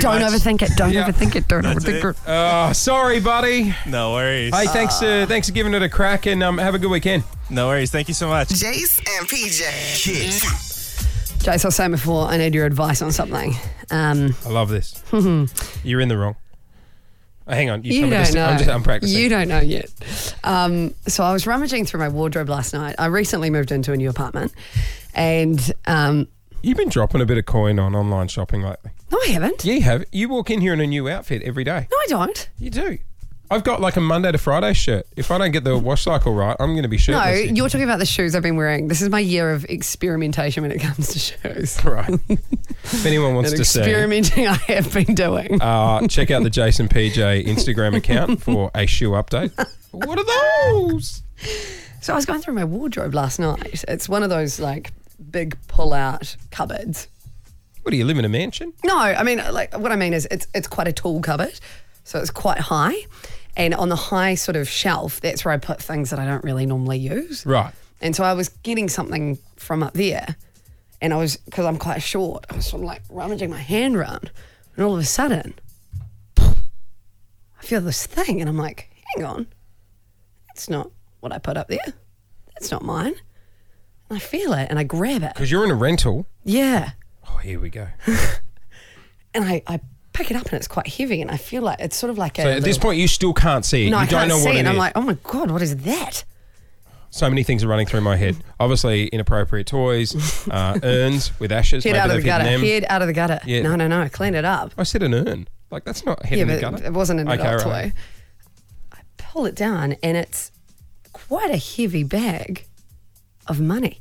Speaker 8: don't
Speaker 13: much.
Speaker 8: overthink it. Don't overthink it. Don't
Speaker 13: That's
Speaker 8: overthink
Speaker 13: it.
Speaker 8: it.
Speaker 7: Oh, sorry, buddy.
Speaker 13: No worries.
Speaker 7: Hey, thanks,
Speaker 8: Ah.
Speaker 7: uh, thanks for giving it a crack and um, have a good weekend.
Speaker 13: No worries. Thank you so much.
Speaker 6: Jace and PJ. Kiss.
Speaker 8: Jace, I was saying before, I need your advice on something. Um,
Speaker 7: I love this.
Speaker 8: [LAUGHS] you
Speaker 7: You're in the wrong. Oh, hang on. You, tell
Speaker 8: don't
Speaker 7: me this.
Speaker 8: know.
Speaker 7: I'm just I'm practicing.
Speaker 8: You don't know yet. Um, so I was rummaging through my wardrobe last night. I recently moved into a new apartment, and um,
Speaker 7: You've been dropping a bit of coin on online shopping lately.
Speaker 8: no, I haven't.
Speaker 7: You have. You walk in here in a new outfit every day.
Speaker 8: No, I don't.
Speaker 7: You do. I've got like a Monday to Friday shirt. If I don't get the wash cycle right, I'm going to be shirtless.
Speaker 8: no,
Speaker 7: here.
Speaker 8: you're talking about the shoes I've been wearing. This is my year of experimentation when it comes to shoes.
Speaker 7: [LAUGHS] Right. if anyone wants
Speaker 8: and
Speaker 7: to see,
Speaker 8: experimenting I have been doing.
Speaker 7: uh, check out the Jason PJ
Speaker 8: [LAUGHS]
Speaker 7: Instagram account for a shoe update. What are those?
Speaker 8: So I was going through my wardrobe last night. It's one of those like big pull-out cupboards.
Speaker 7: What do you live in a mansion?
Speaker 8: No, I mean like what I mean is it's it's quite a tall cupboard, so it's quite high, and on the high sort of shelf, that's where I put things that I don't really normally use.
Speaker 7: Right.
Speaker 8: And so I was getting something from up there, and I was because I'm quite short. I was sort of like rummaging my hand around, and all of a sudden, I feel this thing, and I'm like, "Hang on, that's not what I put up there. That's not mine." And I feel it, and I grab it.
Speaker 7: Because you're in a rental.
Speaker 8: Yeah.
Speaker 7: Oh, here we go.
Speaker 8: and I, I pick it up and it's quite heavy and I feel like it's sort of like a
Speaker 7: So at this
Speaker 8: little-
Speaker 7: point, you still can't see it.
Speaker 8: no,
Speaker 7: you
Speaker 8: I
Speaker 7: don't
Speaker 8: can't
Speaker 7: know
Speaker 8: see
Speaker 7: what
Speaker 8: it.
Speaker 7: it
Speaker 8: and I'm
Speaker 7: is.
Speaker 8: like, oh my god, what is that?
Speaker 7: so many things are running through my head. Obviously, inappropriate toys,
Speaker 8: [LAUGHS]
Speaker 7: uh, urns with ashes.
Speaker 8: Head
Speaker 7: maybe
Speaker 8: out of the
Speaker 7: they've hidden
Speaker 8: gutter.
Speaker 7: them.
Speaker 8: Head out of the gutter.
Speaker 7: Yeah.
Speaker 8: No, no, no. Clean it up.
Speaker 7: I said an urn. Like that's not head
Speaker 8: yeah,
Speaker 7: in the
Speaker 8: but
Speaker 7: gutter.
Speaker 8: it wasn't an
Speaker 7: Okay,
Speaker 8: adult
Speaker 7: right.
Speaker 8: toy. I pull it down and it's quite a heavy bag of money.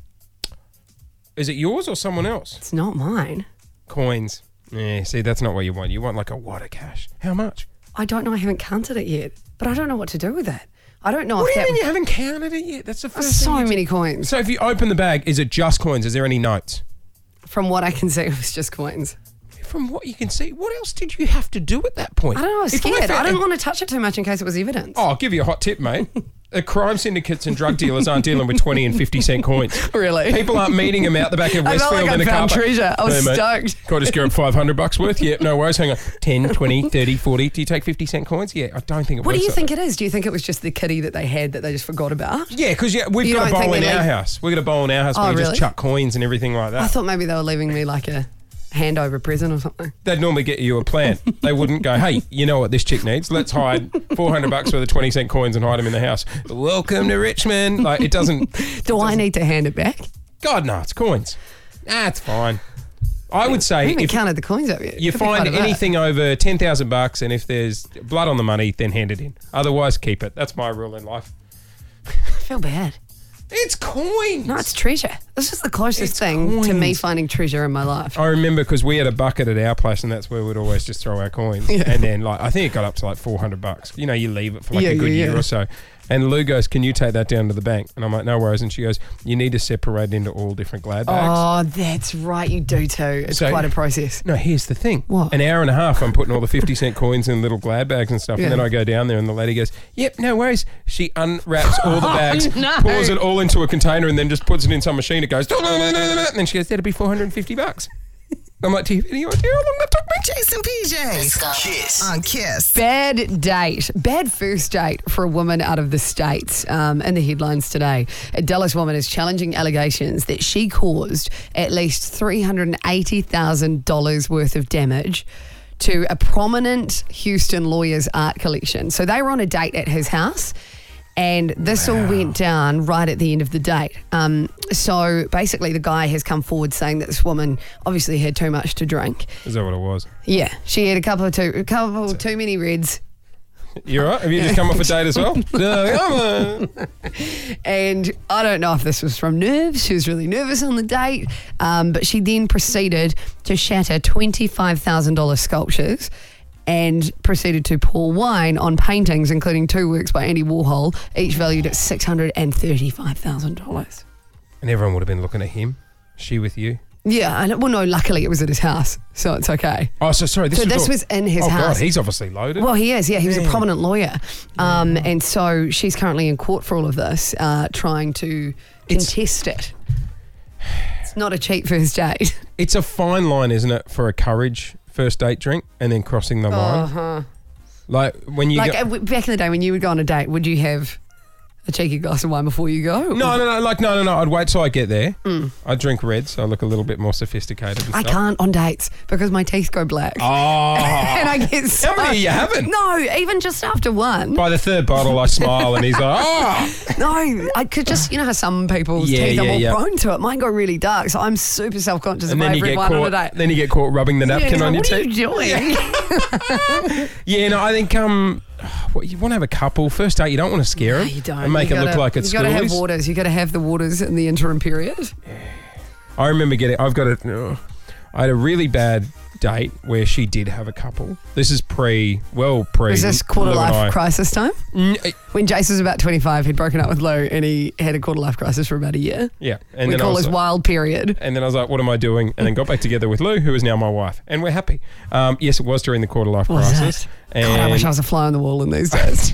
Speaker 7: Is it yours or someone else?
Speaker 8: It's not mine.
Speaker 7: Coins. Yeah, see, that's not what you want. You want like a wad of cash. How much?
Speaker 8: I don't know. I haven't counted it yet, but I don't know what to do with it. I don't know
Speaker 7: What
Speaker 8: if
Speaker 7: do you
Speaker 8: Oh, that.
Speaker 7: mean you haven't counted it yet? That's the
Speaker 8: There's
Speaker 7: first thing
Speaker 8: so
Speaker 7: you do.
Speaker 8: many coins.
Speaker 7: So if you open the bag, is it just coins? Is there any notes?
Speaker 8: [LAUGHS] From what I can see, it was just coins.
Speaker 7: If from what you can see, what else did you have to do at that point?
Speaker 8: I don't know. I was
Speaker 7: If
Speaker 8: scared. I,
Speaker 7: found-
Speaker 8: didn't want to touch it too much in case it was evidence.
Speaker 7: Oh, I'll give you a hot tip, mate. The crime syndicates and drug dealers aren't dealing with 20 and 50 cent coins.
Speaker 8: Really?
Speaker 7: People aren't meeting them out the back of
Speaker 8: [LAUGHS] I felt
Speaker 7: Westfield
Speaker 8: like I
Speaker 7: in a
Speaker 8: found
Speaker 7: car park.
Speaker 8: treasure. I was
Speaker 7: mate.
Speaker 8: stoked.
Speaker 7: Can I just grab 500 bucks worth? Yeah, no worries. Hang on. 10, 20, 30, 40. Do you take 50 cent coins? Yeah, I don't think it
Speaker 8: What
Speaker 7: works
Speaker 8: do you
Speaker 7: like
Speaker 8: think
Speaker 7: that.
Speaker 8: it is? Do you think it was just the kitty that they had that they just forgot about?
Speaker 7: Yeah, because yeah, we've
Speaker 8: You
Speaker 7: got a
Speaker 8: don't think
Speaker 7: bowl in
Speaker 8: they
Speaker 7: our
Speaker 8: leave-
Speaker 7: house. We've got a bowl in our house
Speaker 8: Oh,
Speaker 7: where we just
Speaker 8: really?
Speaker 7: chuck coins and everything like that.
Speaker 8: I thought maybe they were leaving me like a handover present or something.
Speaker 7: They'd normally get you a plant. They wouldn't go, hey, you know what this chick needs? Let's hide 400 bucks worth of 20 cent coins and hide them in the house. Welcome to Richmond. Like, it doesn't.
Speaker 8: Do I need to hand it back?
Speaker 7: God, no, it's coins. Nah, it's fine. I would
Speaker 8: I
Speaker 7: say
Speaker 8: haven't
Speaker 7: if
Speaker 8: counted the coins up yet.
Speaker 7: you
Speaker 8: Could be
Speaker 7: find
Speaker 8: quite a bit.
Speaker 7: anything over 10,000 bucks and if there's blood on the money, then hand it in. Otherwise, keep it. That's my rule in life.
Speaker 8: I feel bad.
Speaker 7: It's coins.
Speaker 8: No, it's treasure. This is the closest thing to me finding treasure in my life.
Speaker 7: I remember because we had a bucket at our place, and that's where we'd always just throw our coins.
Speaker 8: Yeah.
Speaker 7: And then, like, I think it got up to like four hundred bucks. You know, you leave it for like
Speaker 8: Yeah,
Speaker 7: a good
Speaker 8: yeah,
Speaker 7: year
Speaker 8: yeah.
Speaker 7: or so. And Lou goes, "Can you take that down to the bank?" And I'm like, "No worries." And she goes, "You need to separate it into all different glad bags."
Speaker 8: Oh, that's right. You do too. It's
Speaker 7: So-
Speaker 8: quite a process.
Speaker 7: No, here's the thing.
Speaker 8: What?
Speaker 7: An hour and a half, I'm putting all the 50 cent coins in little glad bags and stuff.
Speaker 8: Yeah.
Speaker 7: And then I go down there, and the lady goes, Yep, no worries. She unwraps all the
Speaker 8: [LAUGHS] Oh,
Speaker 7: bags,
Speaker 8: no.
Speaker 7: pours it all into a container, and then just puts it in some machine. It goes, and then she goes, That'll be 450 bucks. I'm like, Do you have any idea how long that took me?
Speaker 6: Jason PJ. Kiss. On Kiss.
Speaker 8: Bad date, bad first date for a woman out of the States um, in the headlines today. A Dallas woman is challenging allegations that she caused at least $380,000 worth of damage to a prominent Houston lawyer's art collection. So they were on a date at his house. And this all went down right at the end of the date. Um, so basically, the guy has come forward saying that this woman obviously had too much to drink.
Speaker 7: Is that what it was?
Speaker 8: Yeah, she had a couple of too, a couple too many reds,
Speaker 7: You're right. Have you just come
Speaker 8: [LAUGHS]
Speaker 7: off a date as well? [LAUGHS] No, I'm a-
Speaker 8: and I don't know if this was from nerves. She was really nervous on the date, um, but she then proceeded to shatter twenty five thousand dollars sculptures. And proceeded to pour wine on paintings, including two works by Andy Warhol, each valued at six hundred and thirty-five thousand dollars.
Speaker 7: and everyone would have been looking at him. She with you.
Speaker 8: Yeah, and well, no, luckily it was at his house, so it's okay.
Speaker 7: Oh, so sorry. This
Speaker 8: So
Speaker 7: was
Speaker 8: this
Speaker 7: all-
Speaker 8: was in his
Speaker 7: oh,
Speaker 8: house.
Speaker 7: God, he's obviously loaded.
Speaker 8: Well, he is. Yeah, he was a
Speaker 7: Man.
Speaker 8: prominent lawyer, um, and so she's currently in court for all of this, uh, trying to contest it. It's not a cheap first date. [LAUGHS]
Speaker 7: It's a fine line, isn't it, for a courage first date drink and then crossing the line?
Speaker 8: Uh-huh.
Speaker 7: Like when you
Speaker 8: Like
Speaker 7: go-
Speaker 8: uh, w- back in the day when you would go on a date, would you have a cheeky glass of wine before you go?
Speaker 7: No, no, no. Like, no, no, no. I'd wait till I get there. I drink red, so I look a little bit more sophisticated. And
Speaker 8: Mm. I
Speaker 7: stuff.
Speaker 8: can't on dates because my teeth go black. [LAUGHS] and I
Speaker 7: Oh.
Speaker 8: get so,
Speaker 7: Ah. How many you having?
Speaker 8: No, even just after one.
Speaker 7: By the third bottle, I smile, and he's like,
Speaker 8: [LAUGHS]
Speaker 7: oh.
Speaker 8: No, I could just, you know how some people's
Speaker 7: Yeah,
Speaker 8: teeth are
Speaker 7: yeah,
Speaker 8: more
Speaker 7: yeah.
Speaker 8: prone to it. Mine go really dark, so I'm super self conscious of
Speaker 7: And then you
Speaker 8: every
Speaker 7: get
Speaker 8: one on a
Speaker 7: caught.
Speaker 8: date.
Speaker 7: Then you get caught rubbing the napkin
Speaker 8: Yeah,
Speaker 7: on your
Speaker 8: what
Speaker 7: teeth.
Speaker 8: are you [LAUGHS] doing?
Speaker 7: Yeah, no, I think um, what, you want to have a couple first date. You don't want to scare them.
Speaker 8: You don't.
Speaker 7: And make
Speaker 8: You
Speaker 7: them look
Speaker 8: gotta-
Speaker 7: like it's
Speaker 8: You got to have
Speaker 7: schoolies.
Speaker 8: waters. You got to have the waters in the interim period.
Speaker 7: I remember getting. I've got a. ugh. I had a really bad date where she did have a couple. This is pre, well pre.
Speaker 8: Was this quarter
Speaker 7: Lou and I.
Speaker 8: life crisis time? When Jason was about 25, he'd broken up with Lou and he had a quarter life crisis for about a year.
Speaker 7: Yeah, and
Speaker 8: we
Speaker 7: then I
Speaker 8: call
Speaker 7: was
Speaker 8: his
Speaker 7: like-
Speaker 8: wild period.
Speaker 7: And then I was like, "What am I doing?" And then got back together with Lou, who is now my wife, and we're happy. Um, yes, it was during the quarter life
Speaker 8: Was
Speaker 7: crisis, and
Speaker 8: God, I wish I was a fly on the wall in these
Speaker 7: [LAUGHS]
Speaker 8: days.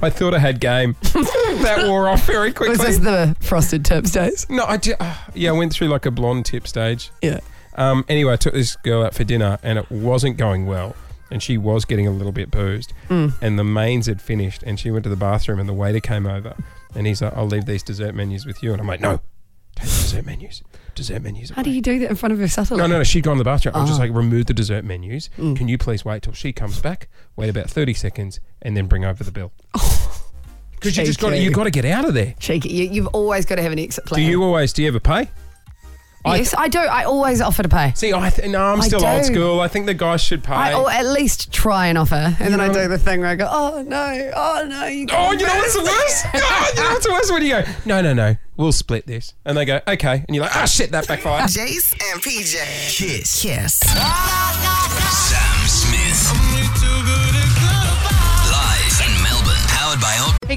Speaker 7: I thought I had
Speaker 8: [LAUGHS]
Speaker 7: game. that wore off very quickly.
Speaker 8: was this the frosted tips days?
Speaker 7: No, I did. Uh, yeah, I went through like a blonde tip stage.
Speaker 8: Yeah.
Speaker 7: Um, anyway, I took this girl out for dinner and it wasn't going well. And she was getting a little bit boozed.
Speaker 8: Mm.
Speaker 7: And the mains had finished and she went to the bathroom and the waiter came over and he's like, I'll leave these dessert menus with you. And I'm like, no, take the dessert menus. Dessert menus.
Speaker 8: How do you do that in front of her subtly?
Speaker 7: No, no, no. She'd gone to the bathroom. I'm just
Speaker 8: Ah. Mm.
Speaker 7: like, remove the dessert menus. Can you please wait till she comes back? Wait about 30 seconds and then bring over the
Speaker 8: [LAUGHS]
Speaker 7: bill. Because you just got to,
Speaker 8: Cheeky.
Speaker 7: you got to get out of there.
Speaker 8: Cheeky. You, you've always got to have an exit plan.
Speaker 7: Do you always, do you ever pay? I-
Speaker 8: Yes, I, do. I always offer to pay.
Speaker 7: See, I th- no, I'm
Speaker 8: I
Speaker 7: still old
Speaker 8: do.
Speaker 7: school. I think the guys should pay.
Speaker 8: I, or at least try and offer, and then I
Speaker 7: know-
Speaker 8: do the thing where I go, "Oh no, oh no!" You
Speaker 7: Oh, you know what's the
Speaker 8: [LAUGHS]
Speaker 7: worst? Oh, you know what's the worst when you go, no, no, no, we'll split this. And they go, okay. And you're like, ah, shit, that backfired.
Speaker 6: Jace and PJ.
Speaker 4: Kiss.
Speaker 6: Kiss.
Speaker 4: Sam Smith. Live in Melbourne. Powered by Op.
Speaker 1: Hey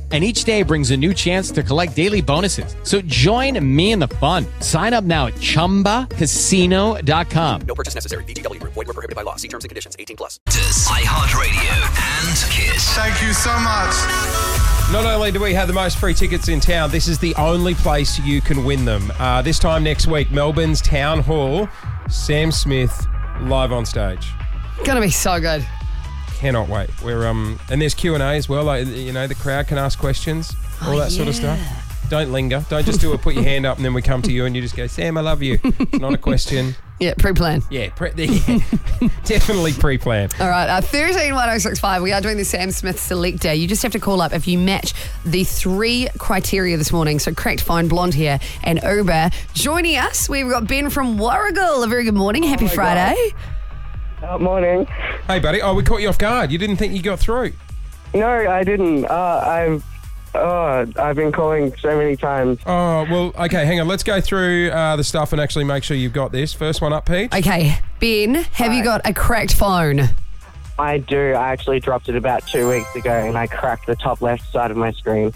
Speaker 1: and each day brings a new chance to collect daily bonuses. So join me in the fun. Sign up now at ChumbaCasino.com.
Speaker 2: No purchase necessary. VGW Group. Void were prohibited by law. See terms and conditions. 18 plus.
Speaker 4: iHeartRadio and Kiss. Thank you so much.
Speaker 7: Not only do we have the most free tickets in town, this is the only place you can win them. Uh, this time next week, Melbourne's Town Hall, Sam Smith live on stage.
Speaker 8: Gonna be so good.
Speaker 7: Cannot wait. We're um, and there's Q and A as well. Like you know, the crowd can ask questions, all
Speaker 8: Oh,
Speaker 7: that sort of
Speaker 8: yeah.
Speaker 7: stuff. Don't linger. Don't just do it. Put your hand up, and then we come to you, and you just go, Sam, I love you. It's not a question.
Speaker 8: Yeah, pre-plan.
Speaker 7: Yeah, pre- yeah definitely pre-planned.
Speaker 8: All right, uh, 131065. We are doing the Sam Smith Select Day. You just have to call up if you match the three criteria this morning. So, cracked, fine, blonde hair, and Uber. Joining us, we've got Ben from Warrigal. A very good morning.
Speaker 7: Oh
Speaker 8: Happy Friday.
Speaker 14: Uh, morning.
Speaker 7: Hey, buddy. Oh, we caught you off guard. You didn't think you got through.
Speaker 14: No, I didn't. Uh, I've uh, I've been calling so many times.
Speaker 7: Oh, well, okay, hang on. Let's go through uh, the stuff and actually make sure you've got this. First one up, Pete.
Speaker 8: Okay, Ben, have you got a cracked phone?
Speaker 14: I do. I actually dropped it about two weeks ago, and I cracked the top left side of my screen.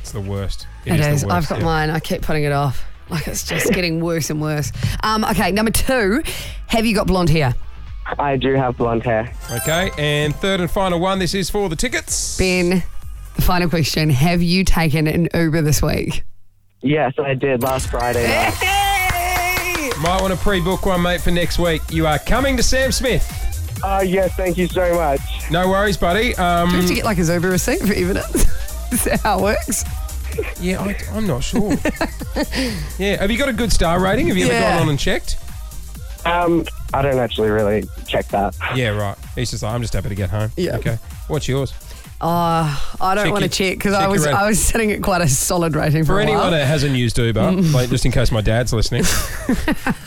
Speaker 7: It's the worst.
Speaker 8: It is. I've got mine. I keep putting it off. Like it's just getting worse and worse. Um, okay, number two, have you got blonde hair?
Speaker 14: I do have blonde hair.
Speaker 7: Okay, and third and final one. This is for the tickets.
Speaker 8: Ben, the final question, have you taken an Uber this week?
Speaker 14: Yes, I did last Friday. night.
Speaker 7: Might want to pre-book one, mate, for next week. You are coming to Sam Smith.
Speaker 14: Oh, yes. Thank you so much.
Speaker 7: No worries, buddy. Um,
Speaker 8: Do you have to get like a Uber receipt for evidence? [LAUGHS] Is that how it works?
Speaker 7: yeah, I, I'm not
Speaker 8: [LAUGHS]
Speaker 7: sure. yeah, have you got a good star rating? Have you ever
Speaker 14: Yeah.
Speaker 7: gone on and checked?
Speaker 14: Um, I don't actually really check that.
Speaker 7: Yeah, right. He's just like, I'm just happy to get home. Yeah. Okay. What's yours?
Speaker 8: Oh, I don't
Speaker 7: Check
Speaker 8: want to
Speaker 7: your-
Speaker 8: check because I
Speaker 7: check
Speaker 8: was
Speaker 7: your
Speaker 8: I
Speaker 7: rate.
Speaker 8: was sitting at quite a solid rating for,
Speaker 7: For
Speaker 8: a while.
Speaker 7: anyone that hasn't used Uber,
Speaker 8: Mm.
Speaker 7: like just in case my dad's
Speaker 8: [LAUGHS]
Speaker 7: listening,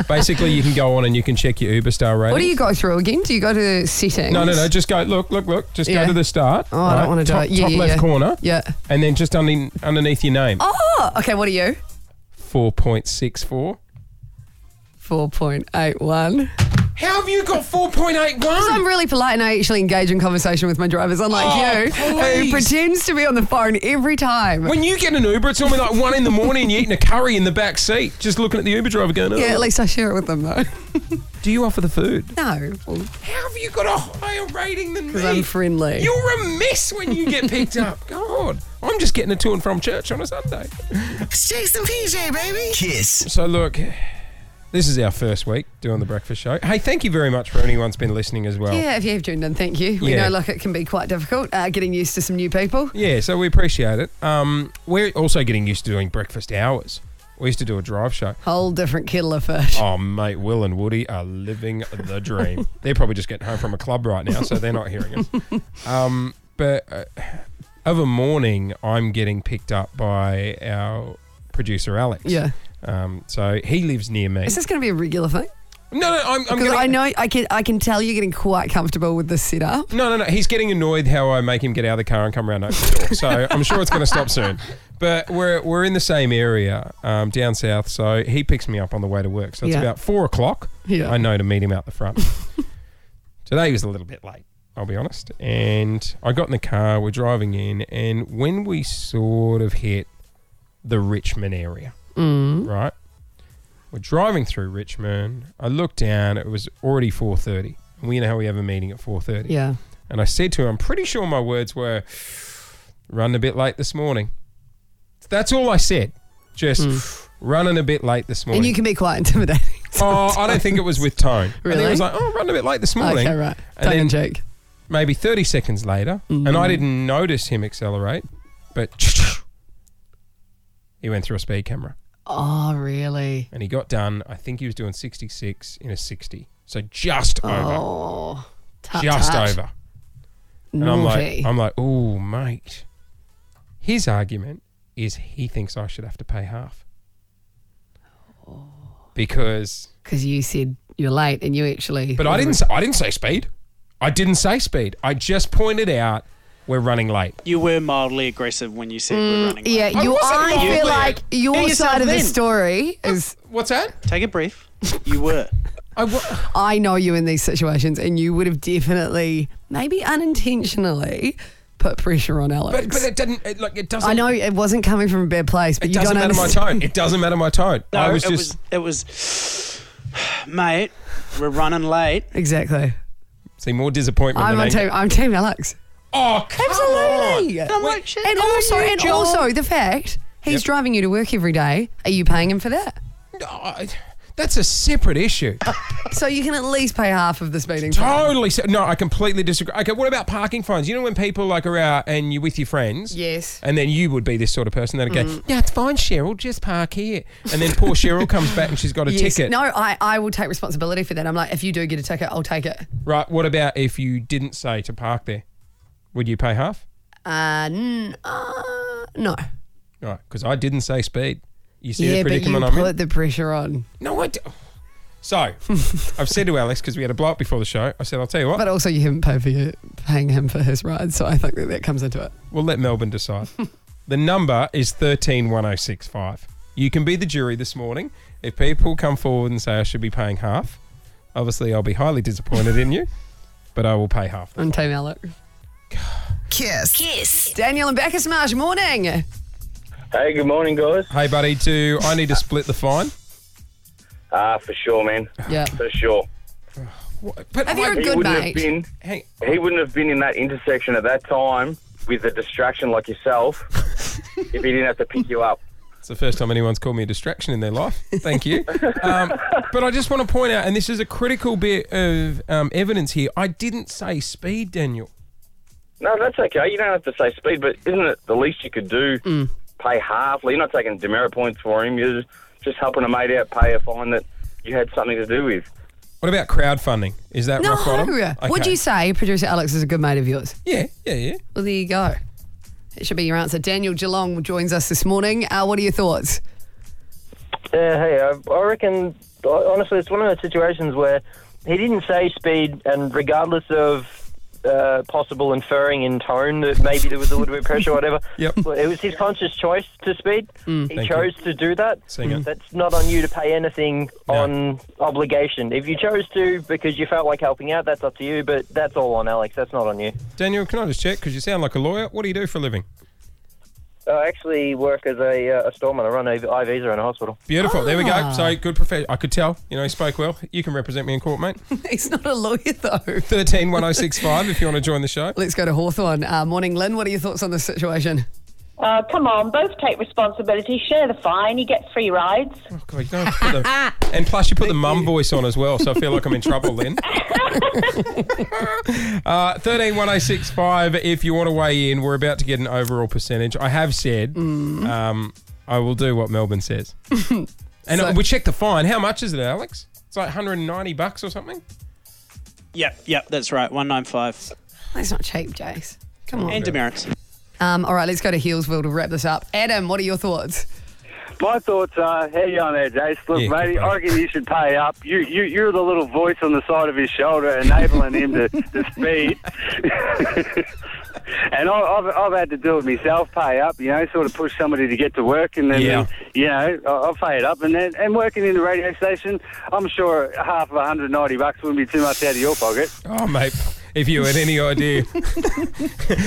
Speaker 7: basically you can go on and you can check your Uber star rating.
Speaker 8: What do you go through again? Do you go to settings?
Speaker 7: No, no, no. Just go. Look, look, look. Just
Speaker 8: Yeah.
Speaker 7: go to the start.
Speaker 8: Oh, I don't wanna do
Speaker 7: top,
Speaker 8: it. Yeah,
Speaker 7: top
Speaker 8: yeah,
Speaker 7: left
Speaker 8: yeah.
Speaker 7: corner.
Speaker 8: Yeah.
Speaker 7: And then just under, underneath your name.
Speaker 8: Oh, okay. What are you?
Speaker 7: Four point six four.
Speaker 8: Four point eight one.
Speaker 7: Ah. How have you got four point eight one?
Speaker 8: I'm really polite and I actually engage in conversation with my drivers, unlike
Speaker 7: Oh,
Speaker 8: you, who
Speaker 7: please.
Speaker 8: pretends to be on the phone every time.
Speaker 7: When you get an Uber, it's normally like one in the morning. You're eating a curry in the back seat, just looking at the Uber driver going. Oh.
Speaker 8: yeah, at least I share it with them though. [LAUGHS]
Speaker 7: Do you offer the food?
Speaker 8: No, well,
Speaker 7: How have you got a higher rating than me?
Speaker 8: because I'm friendly.
Speaker 7: You're a mess when you get picked [LAUGHS] up. God, I'm just getting a to and from church on a Sunday.
Speaker 6: It's Jason PJ, baby.
Speaker 7: So look, this is our first week doing the breakfast show. Hey, thank you very much for anyone's been listening as well.
Speaker 8: Yeah, if you have tuned in, thank you. We
Speaker 7: Yeah.
Speaker 8: know, like, it can be quite difficult uh, getting used to some new people.
Speaker 7: Yeah, so we appreciate it. Um, we're also getting used to doing breakfast hours. We used to do a drive show.
Speaker 8: Whole different kettle of fish.
Speaker 7: Oh, mate, Will and Woody are living the dream. they're probably just getting home from a club right now, so they're not hearing
Speaker 8: [LAUGHS]
Speaker 7: us. Um, but uh, of a morning, I'm getting picked up by our producer, Alex.
Speaker 8: [LAUGHS] Yeah.
Speaker 7: Um, so he lives near me.
Speaker 8: Is this going to be a regular thing?
Speaker 7: No, no, I'm,
Speaker 8: Because I know I can. I can tell you're getting quite comfortable with this setup. [LAUGHS]
Speaker 7: No, no, no. He's getting annoyed how I make him get out of the car and come around and open the door. So I'm sure it's going to stop soon. But we're, we're in the same area um, down south. So he picks me up on the way to work. So it's
Speaker 8: Yeah.
Speaker 7: about four o'clock.
Speaker 8: Yeah.
Speaker 7: I know to meet him out the
Speaker 8: [LAUGHS]
Speaker 7: front. Today he was a little bit late, I'll be honest. And I got in the car, we're driving in. And when we sort of hit the Richmond area,
Speaker 8: Mm.
Speaker 7: right? We're driving through Richmond. I looked down. It was already 4.30. And we know how we have a meeting at 4.30.
Speaker 8: Yeah.
Speaker 7: And I said to him, I'm pretty sure my words were, running a bit late this morning. That's all I said. Just running a bit late this morning.
Speaker 8: Hmm. And you can be quite intimidating.
Speaker 7: [LAUGHS] Oh, I don't think it was with tone. I think
Speaker 8: Really?
Speaker 7: it was like, oh, running a bit late this morning.
Speaker 8: Okay, right.
Speaker 7: And
Speaker 8: Tongue in
Speaker 7: then
Speaker 8: cheek.
Speaker 7: Maybe 30 seconds later, and
Speaker 8: Hmm.
Speaker 7: I didn't notice him accelerate, but he went through a speed camera
Speaker 8: Oh, really?
Speaker 7: and he got done. I think he was doing 66 in a 60. So just
Speaker 8: Oh,
Speaker 7: over.
Speaker 8: tut,
Speaker 7: Just
Speaker 8: tut.
Speaker 7: over. And I'm like,
Speaker 8: Naughty.
Speaker 7: I'm like, oh, mate. His argument is he thinks I should have to pay half. Because,
Speaker 8: Because you said you're late, and you actually.
Speaker 7: but I didn't. Say, I didn't say speed. I didn't say speed. I just pointed out we're running late.
Speaker 15: You were mildly aggressive when you said we're running.
Speaker 8: Yeah,
Speaker 15: I
Speaker 8: you.
Speaker 15: wasn't
Speaker 8: I
Speaker 15: lying.
Speaker 8: feel
Speaker 15: You-
Speaker 8: like your
Speaker 15: Yeah, yourself
Speaker 8: side of the
Speaker 15: then.
Speaker 8: story is.
Speaker 7: What's that?
Speaker 15: Take a
Speaker 7: [LAUGHS]
Speaker 15: breath. You were.
Speaker 7: I
Speaker 8: know you in these situations, and you would have definitely, maybe unintentionally, put pressure on Alex.
Speaker 7: But, but it didn't. It, like it doesn't.
Speaker 8: I know it wasn't coming from a bad place,
Speaker 7: It
Speaker 8: but you
Speaker 7: doesn't
Speaker 8: don't
Speaker 7: matter my tone.
Speaker 8: understand.
Speaker 7: It doesn't matter my tone.
Speaker 15: No,
Speaker 7: I was
Speaker 15: it
Speaker 7: just.
Speaker 15: was. It was. Mate, we're running late.
Speaker 8: Exactly.
Speaker 7: See more disappointment.
Speaker 8: I'm
Speaker 7: than
Speaker 8: on
Speaker 7: anger.
Speaker 8: team. I'm team Alex.
Speaker 7: Oh,
Speaker 8: absolutely.
Speaker 15: on.
Speaker 8: And,
Speaker 15: I'm like, shit, how are
Speaker 8: also,
Speaker 15: you,
Speaker 8: and
Speaker 15: Joel?
Speaker 8: also the fact he's
Speaker 7: Yep.
Speaker 8: driving you to work every day. Are you paying him for that?
Speaker 7: No, I- that's a separate
Speaker 8: [LAUGHS]
Speaker 7: issue.
Speaker 8: So you can at least pay half of this meeting.
Speaker 7: Totally. se- No, I completely disagree. Okay, what about parking fines? You know when people like are out and you're with your friends.
Speaker 8: Yes.
Speaker 7: And then you would be this sort of person that'd go,
Speaker 8: Mm.
Speaker 7: "Yeah, it's fine, Cheryl. Just park here." And then poor Cheryl comes back and she's got a
Speaker 8: Yes.
Speaker 7: ticket.
Speaker 8: No, I, I will take responsibility for that. I'm like, if you do get a ticket, I'll take it.
Speaker 7: Right. What about if you didn't say to park there? Would you pay half?
Speaker 8: Uh, n- uh, no.
Speaker 7: All right, because I didn't say speed. You see
Speaker 8: yeah,
Speaker 7: the predicament
Speaker 8: but you
Speaker 7: I'm
Speaker 8: put
Speaker 7: in.
Speaker 8: the pressure on.
Speaker 7: No, I. D- [SIGHS] so I've said to Alex because we had a blow up before the show. I said, "I'll tell you what."
Speaker 8: But also, you haven't paid for your, paying him for his ride, so I think that that comes into it.
Speaker 7: We'll let Melbourne
Speaker 8: [LAUGHS]
Speaker 7: decide. the number is 131065. You can be the jury this morning. If people come forward and say I should be paying half, obviously I'll be highly disappointed in you, but I will pay half.
Speaker 8: On Team Alec. Kiss. Kiss. Daniel and Becca Smash, morning.
Speaker 5: Hey, good morning, guys.
Speaker 7: Hey, buddy, do I need to split the fine?
Speaker 5: Ah, for sure, man.
Speaker 8: Yeah.
Speaker 5: For sure.
Speaker 7: But
Speaker 8: if you're a
Speaker 5: he
Speaker 8: good
Speaker 5: wouldn't
Speaker 8: mate.
Speaker 5: have been. He wouldn't have been in that intersection at that time with a distraction like yourself if he didn't have to pick you up.
Speaker 7: It's the first time anyone's called me a distraction in their life. Thank
Speaker 8: [LAUGHS]
Speaker 7: you. um, but I just want to point out, and this is a critical bit of um, evidence here, I didn't say speed, Daniel.
Speaker 5: No, that's okay. You don't have to say speed, but isn't it the least you could do?
Speaker 7: Mm.
Speaker 5: Pay half. Like, You're not taking demerit points for him. You're just helping a mate out pay a fine that you had something to do with.
Speaker 7: What about crowdfunding? Is that rock
Speaker 8: No. [LAUGHS]
Speaker 7: bottom?
Speaker 8: Would
Speaker 7: Okay.
Speaker 8: you say producer Alex is a good mate of yours?
Speaker 7: Yeah, yeah, yeah.
Speaker 8: Well, there you go. It should be your answer. Daniel Geelong joins us this morning. Uh, what are your thoughts? [LAUGHS]
Speaker 16: Yeah, hey, I, I reckon, honestly, it's one of those situations where he didn't say speed, and regardless of uh, possible inferring in tone that maybe there was a little bit of pressure or whatever,
Speaker 7: [LAUGHS] yep.
Speaker 16: it was his conscious choice to speed.
Speaker 7: Mm.
Speaker 16: he
Speaker 7: Thank
Speaker 16: chose to do that.
Speaker 7: Seeing it.
Speaker 16: That's not on you to pay anything on obligation. If you chose to because you felt like helping out, that's up to you, but that's all on Alex. That's not on you.
Speaker 7: Daniel, can I just check? Because you sound like a lawyer. What do you do for a living?
Speaker 16: I actually work as a, uh, a storeman. I run IV- IVs around a hospital.
Speaker 7: Beautiful. There we go.
Speaker 16: Ah.
Speaker 7: So good profession. I could tell. You know, he spoke well. You can represent me in court, mate. [LAUGHS]
Speaker 8: He's not a lawyer, though.
Speaker 7: Thirteen one zero six five. If you want to join the show.
Speaker 8: Let's go to Hawthorne. Uh, morning, Lynn. What are your thoughts on this situation?
Speaker 17: Uh, come on, both take responsibility, share the fine, you get free rides.
Speaker 7: Oh, God, you don't put the- and plus, you put the mum voice on as well, so I feel like I'm in trouble then. [LAUGHS] uh, Thirteen one zero six five. If you want to weigh in, we're about to get an overall percentage. I have said, um, I will do what Melbourne says. And uh,
Speaker 13: So-
Speaker 7: we checked the fine. How much is it, Alex? It's like 190 bucks or something.
Speaker 15: Yep, yep, that's right. 195.
Speaker 8: That's not cheap, Jace. Come on.
Speaker 15: And demerits.
Speaker 8: Um, all right, let's go to Heelsville to wrap this up. Adam, what are your thoughts?
Speaker 18: My thoughts are, how you on there, Jace? Look,
Speaker 7: Yeah,
Speaker 18: matey,
Speaker 7: good,
Speaker 18: I reckon you should pay up. You, you, you're the little voice on the side of his shoulder enabling him to,
Speaker 16: [LAUGHS]
Speaker 18: to speed. and I, I've, I've had to do it myself, pay up, you know, sort of push somebody to get to work. And then,
Speaker 7: Yeah.
Speaker 18: you know, I- I'll pay it up. And then, and working in the radio station, I'm sure half of 190 bucks wouldn't be too much out of your pocket.
Speaker 7: Oh, mate, if you had any
Speaker 8: [LAUGHS]
Speaker 7: idea.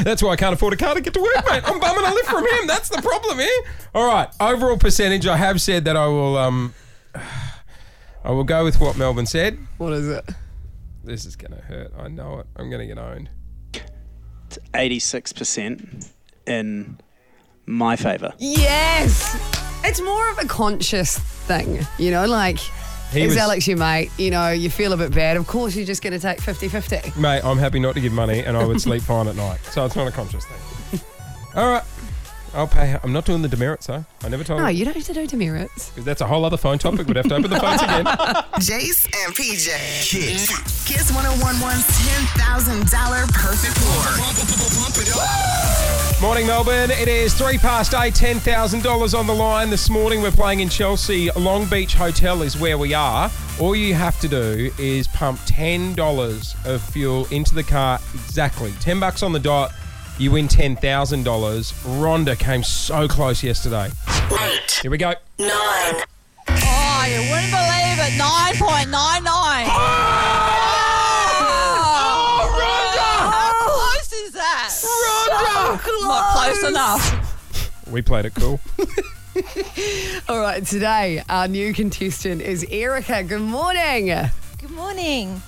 Speaker 7: That's why I can't afford a car to get to work, mate. I'm bumming a lift from him. That's the problem here. All right, overall percentage. I have said that I will. Um, [SIGHS] I will go with what Melbourne said.
Speaker 8: What is it?
Speaker 7: This is gonna hurt. I know it. I'm gonna get owned.
Speaker 15: 86% in my favour.
Speaker 8: Yes! It's more of a conscious thing, you know, like,
Speaker 7: He
Speaker 8: is
Speaker 7: was-
Speaker 8: Alex your mate? You know, you feel a bit bad. Of course, you're just going to take 50 50.
Speaker 7: Mate, I'm happy not to give money, and I would sleep fine at night. So it's not a conscious thing.
Speaker 8: [LAUGHS]
Speaker 7: All right, I'll pay. I'm not doing the demerits though. I never told.
Speaker 8: No, you don't have to do demerits.
Speaker 7: That's a whole other phone topic. We'd have to open
Speaker 8: [LAUGHS]
Speaker 7: the phones again.
Speaker 6: Jace and PJ. Kiss. Kiss 1011's $10,000 perfect floor.
Speaker 7: Morning, Melbourne. It is three past eight, ten thousand dollars on the line this morning. We're playing in Chelsea. Long Beach Hotel is where we are. All you have to do is pump ten dollars of fuel into the car exactly. Ten bucks on the dot, you win ten thousand dollars. Rhonda came so close yesterday. Here we go.
Speaker 3: Nine.
Speaker 19: Oh, you wouldn't believe it. 9.99. Oh, Roger! How close is that?
Speaker 8: Roger!
Speaker 19: So Not close enough.
Speaker 7: We played it cool.
Speaker 8: [LAUGHS] All right, today our new contestant is Erica. Good morning.
Speaker 19: Good morning.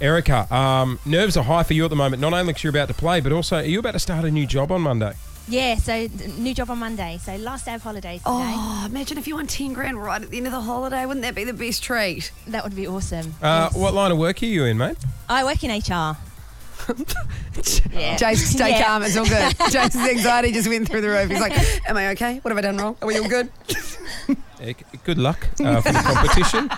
Speaker 7: Erica, um, nerves are high for you at the moment. Not only because you're about to play, but also are you about to start a new job on Monday?
Speaker 20: Yeah, so new job on Monday. So last day of holidays today.
Speaker 8: Oh, imagine if you won 10 grand right at the end of the holiday. Wouldn't that be the best treat?
Speaker 20: That would be awesome.
Speaker 7: Uh, What line of work are you in, mate?
Speaker 20: I work in HR.
Speaker 8: [LAUGHS]
Speaker 20: yeah.
Speaker 8: Jason, stay
Speaker 20: Yeah.
Speaker 8: calm. It's all [LAUGHS] good. Jason's anxiety just went through the roof. He's like, Am I okay? What have I done wrong? Are we all good?
Speaker 7: Eh, g- Good luck uh, for the competition.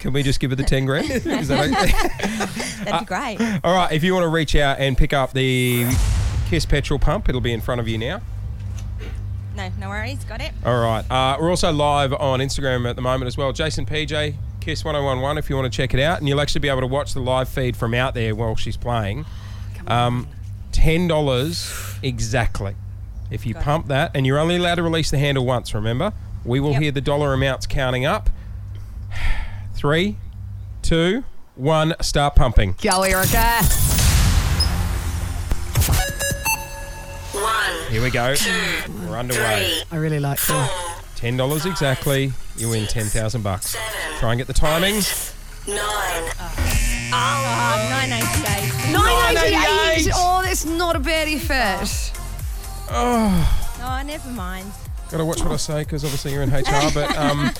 Speaker 7: Can we just give her the 10 grand? Is that okay? [LAUGHS]
Speaker 20: That'd
Speaker 7: Uh,
Speaker 20: be
Speaker 7: [GASPS]
Speaker 20: great.
Speaker 7: All right, if you want to reach out and pick up the Kiss petrol pump, it'll be in front of you now.
Speaker 20: No, no worries. Got it.
Speaker 7: All right. Uh, we're also live on Instagram at the moment as well. Jason PJ, Kiss 1011 if you want to check it out. And you'll actually be able to watch the live feed from out there while she's playing. Um, $10 exactly. If you pump that, and you're only allowed to release the handle once, remember? We will hear the dollar amounts counting up. [SIGHS] Three, two, one, start pumping.
Speaker 8: [LAUGHS] Go, Erica.
Speaker 7: Here we go. We're underway.
Speaker 8: I really like [GASPS] that.
Speaker 7: Ten dollars exactly. You win ten thousand bucks. Try and get the timing.
Speaker 20: Oh, 988.
Speaker 8: 988. Oh, that's not a bad effort.
Speaker 7: Oh,
Speaker 20: Oh, never mind.
Speaker 7: gotta watch what I say because obviously you're in HR,
Speaker 20: [LAUGHS]
Speaker 7: but um,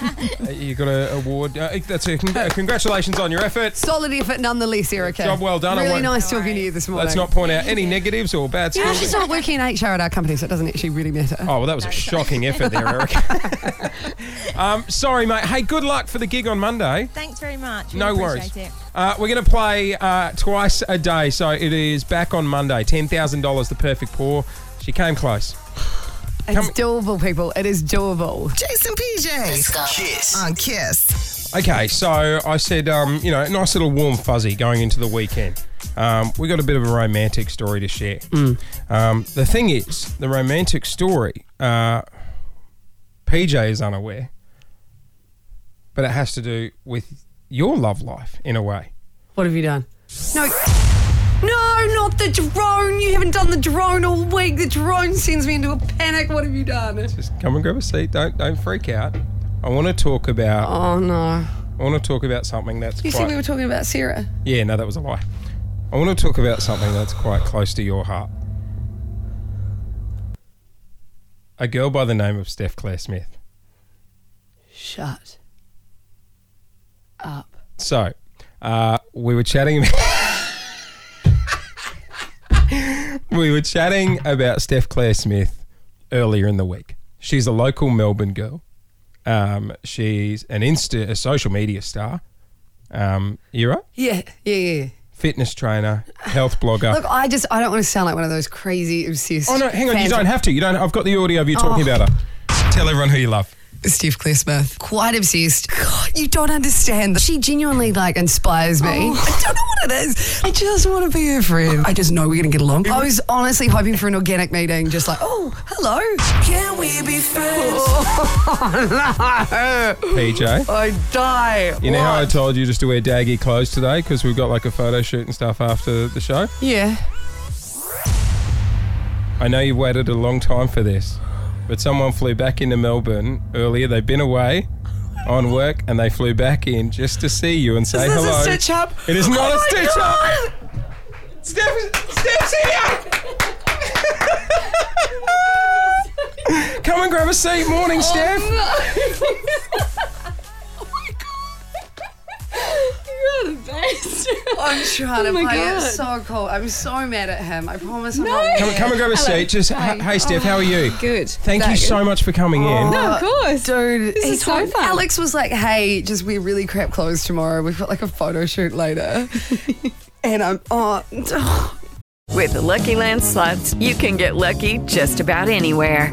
Speaker 7: you got to award. Uh, that's it. Congr- congratulations on your efforts.
Speaker 8: Solid effort nonetheless, Erica.
Speaker 7: Job well done. I
Speaker 8: Really
Speaker 7: won't-
Speaker 8: nice talking to you this morning.
Speaker 7: Let's not point out any negatives or bad
Speaker 8: You know,
Speaker 7: skills.
Speaker 8: she's not working in HR at our company, so it doesn't actually really matter.
Speaker 7: Oh well, that was
Speaker 20: [LAUGHS]
Speaker 7: a shocking effort there, Eric. [LAUGHS] um, sorry, mate. Hey, good luck for the gig on Monday.
Speaker 20: Thanks very much. Really
Speaker 7: No worries.
Speaker 20: appreciate It.
Speaker 7: Uh, we're going to play uh, twice a day, so it is back on Monday. Ten thousand dollars, the perfect pour. She came close.
Speaker 8: It's doable, people. It is doable.
Speaker 6: Jason PJ. Kiss. On Kiss.
Speaker 7: Okay, so I said, um, you know, a nice little warm fuzzy going into the weekend. Um, we got a bit of a romantic story to share. Um, the thing is, the romantic story, uh, PJ is unaware, but it has to do with your love life in a way.
Speaker 8: What have you done? No. No, not the drone. You haven't done the drone all week. The drone sends me into a panic. What have you done?
Speaker 7: Come and grab a seat. Don't don't freak out. I want to talk about.
Speaker 8: Oh no.
Speaker 7: I want to talk about something that's
Speaker 8: You said
Speaker 7: quite.
Speaker 8: we were talking about Sarah.
Speaker 7: yeah, no, that was a lie. I want to talk about something that's quite close to your heart. A girl by the name of Steph Claire Smith.
Speaker 8: Shut up.
Speaker 7: So, uh, we were chatting. [LAUGHS] we were chatting about Steph Claire Smith earlier in the week. She's a local Melbourne girl. Um, she's an Insta, a social media star. Um, you right?
Speaker 8: Yeah, yeah, yeah.
Speaker 7: Fitness trainer, health blogger.
Speaker 8: [LAUGHS] Look, I just I don't want to sound like one of those crazy obsessed.
Speaker 7: Oh no, hang on, you
Speaker 8: fans.
Speaker 7: don't have to. You don't. I've got the audio of you talking
Speaker 8: Oh.
Speaker 7: about her. Tell everyone who you love.
Speaker 8: Steve Claire Smith. Quite obsessed. God, you don't understand. She genuinely like inspires me. I don't know what it is. Oh. I just want to be her friend. I just know we're gonna get along. I was honestly hoping for an organic meeting, just like, oh, hello. Can we be friends? Oh, no.
Speaker 3: [GASPS]
Speaker 7: PJ?
Speaker 8: I die.
Speaker 7: You know how I
Speaker 8: What?
Speaker 7: told you just to wear daggy clothes today because we've got like a photo shoot and stuff after the show.
Speaker 8: Yeah.
Speaker 7: I know you've waited a long time for this, but someone flew back into Melbourne earlier. They've been away on work and they flew back in just to see you and say
Speaker 3: Is this a
Speaker 7: hello.
Speaker 3: stitch up?
Speaker 7: It is not
Speaker 3: Oh
Speaker 7: a
Speaker 3: my
Speaker 7: stitch
Speaker 3: God!
Speaker 7: up. Steph, Steph's here. Come and grab a seat.
Speaker 3: Oh
Speaker 7: Morning, Steph.
Speaker 8: You're the best. I'm trying
Speaker 3: Oh
Speaker 8: to
Speaker 3: my
Speaker 8: play it
Speaker 3: God.
Speaker 8: so cool. I'm so mad at him. I promise. I'm
Speaker 3: No.
Speaker 8: not
Speaker 7: Come,
Speaker 8: mad.
Speaker 7: come and grab a seat. Just hey, hey Steph, how are you?
Speaker 8: Good.
Speaker 7: Thank you so much for coming in.
Speaker 8: course, dude.
Speaker 3: This
Speaker 8: he
Speaker 3: is so
Speaker 8: told-
Speaker 3: fun.
Speaker 8: Alex was like, "Hey, just wear really crap clothes tomorrow. We've got like a photo shoot
Speaker 21: [LAUGHS]
Speaker 8: later." and I'm oh.
Speaker 22: With the Lucky Land slots, you can get lucky just about anywhere.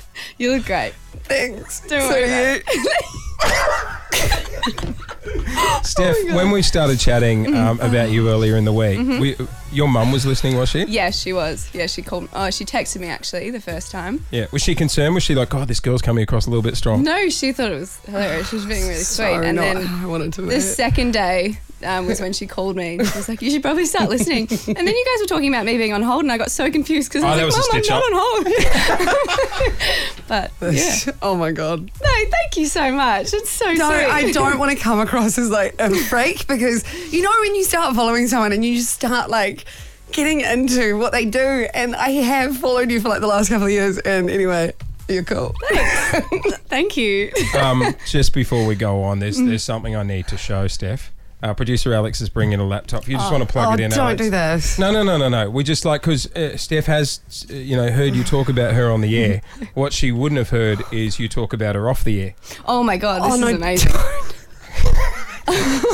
Speaker 23: You look great.
Speaker 8: Thanks.
Speaker 23: Don't
Speaker 8: So
Speaker 23: worry about it.
Speaker 7: Steph,
Speaker 8: Oh
Speaker 21: my God.
Speaker 7: when we started chatting
Speaker 8: Mm-hmm.
Speaker 21: Mhm.
Speaker 7: um, about you earlier in the week,
Speaker 21: Mhm.
Speaker 7: we, your mum was listening, was she?
Speaker 21: Yeah, she was. Yeah, she called. Oh, she texted me actually the first time.
Speaker 7: Yeah. Was she concerned? Was she like, oh, this girl's coming across a little bit strong?
Speaker 21: No, she thought it was hilarious. She was being
Speaker 8: [LAUGHS]
Speaker 21: really sweet.
Speaker 8: Sorry,
Speaker 21: and
Speaker 8: not
Speaker 21: then
Speaker 8: how I wanted to
Speaker 21: the
Speaker 8: make it.
Speaker 21: second day um, was when she called me. She was like, "You should probably
Speaker 8: [LAUGHS]
Speaker 21: start listening." and then you guys were talking about me being on hold, and I got so confused because
Speaker 8: Oh,
Speaker 21: I
Speaker 8: that
Speaker 21: was
Speaker 8: was a
Speaker 21: like,
Speaker 8: stitch up."
Speaker 21: "Mom, I'm not
Speaker 11: [LAUGHS]
Speaker 21: on hold." but yeah.
Speaker 8: That's- [LAUGHS] Oh my god.
Speaker 21: No, thank you so much. It's so
Speaker 8: No,
Speaker 21: sweet. [LAUGHS]
Speaker 8: I don't want to come across as like a freak because you know when you start following someone and you just start like getting into what they do. And I have followed you for like the last couple of years. And anyway, you're cool.
Speaker 21: Thank you.
Speaker 7: [LAUGHS] um, just before we go on, there's
Speaker 8: Mm-hmm.
Speaker 21: Mm.
Speaker 7: there's something I need to show Steph. Uh, producer Alex is bringing a laptop. You just
Speaker 8: Oh.
Speaker 7: want to plug
Speaker 8: Oh,
Speaker 7: it in.
Speaker 8: don't
Speaker 7: Alex.
Speaker 8: do this.
Speaker 7: No, no, no, no, no. We just like because uh, Steph has, uh, you know, heard you talk about her on the
Speaker 8: [LAUGHS]
Speaker 7: air. what she wouldn't have heard is you talk about her off the air.
Speaker 21: [LAUGHS] Oh my god, this
Speaker 8: Oh, [LAUGHS] no,
Speaker 21: is amazing.
Speaker 8: [LAUGHS]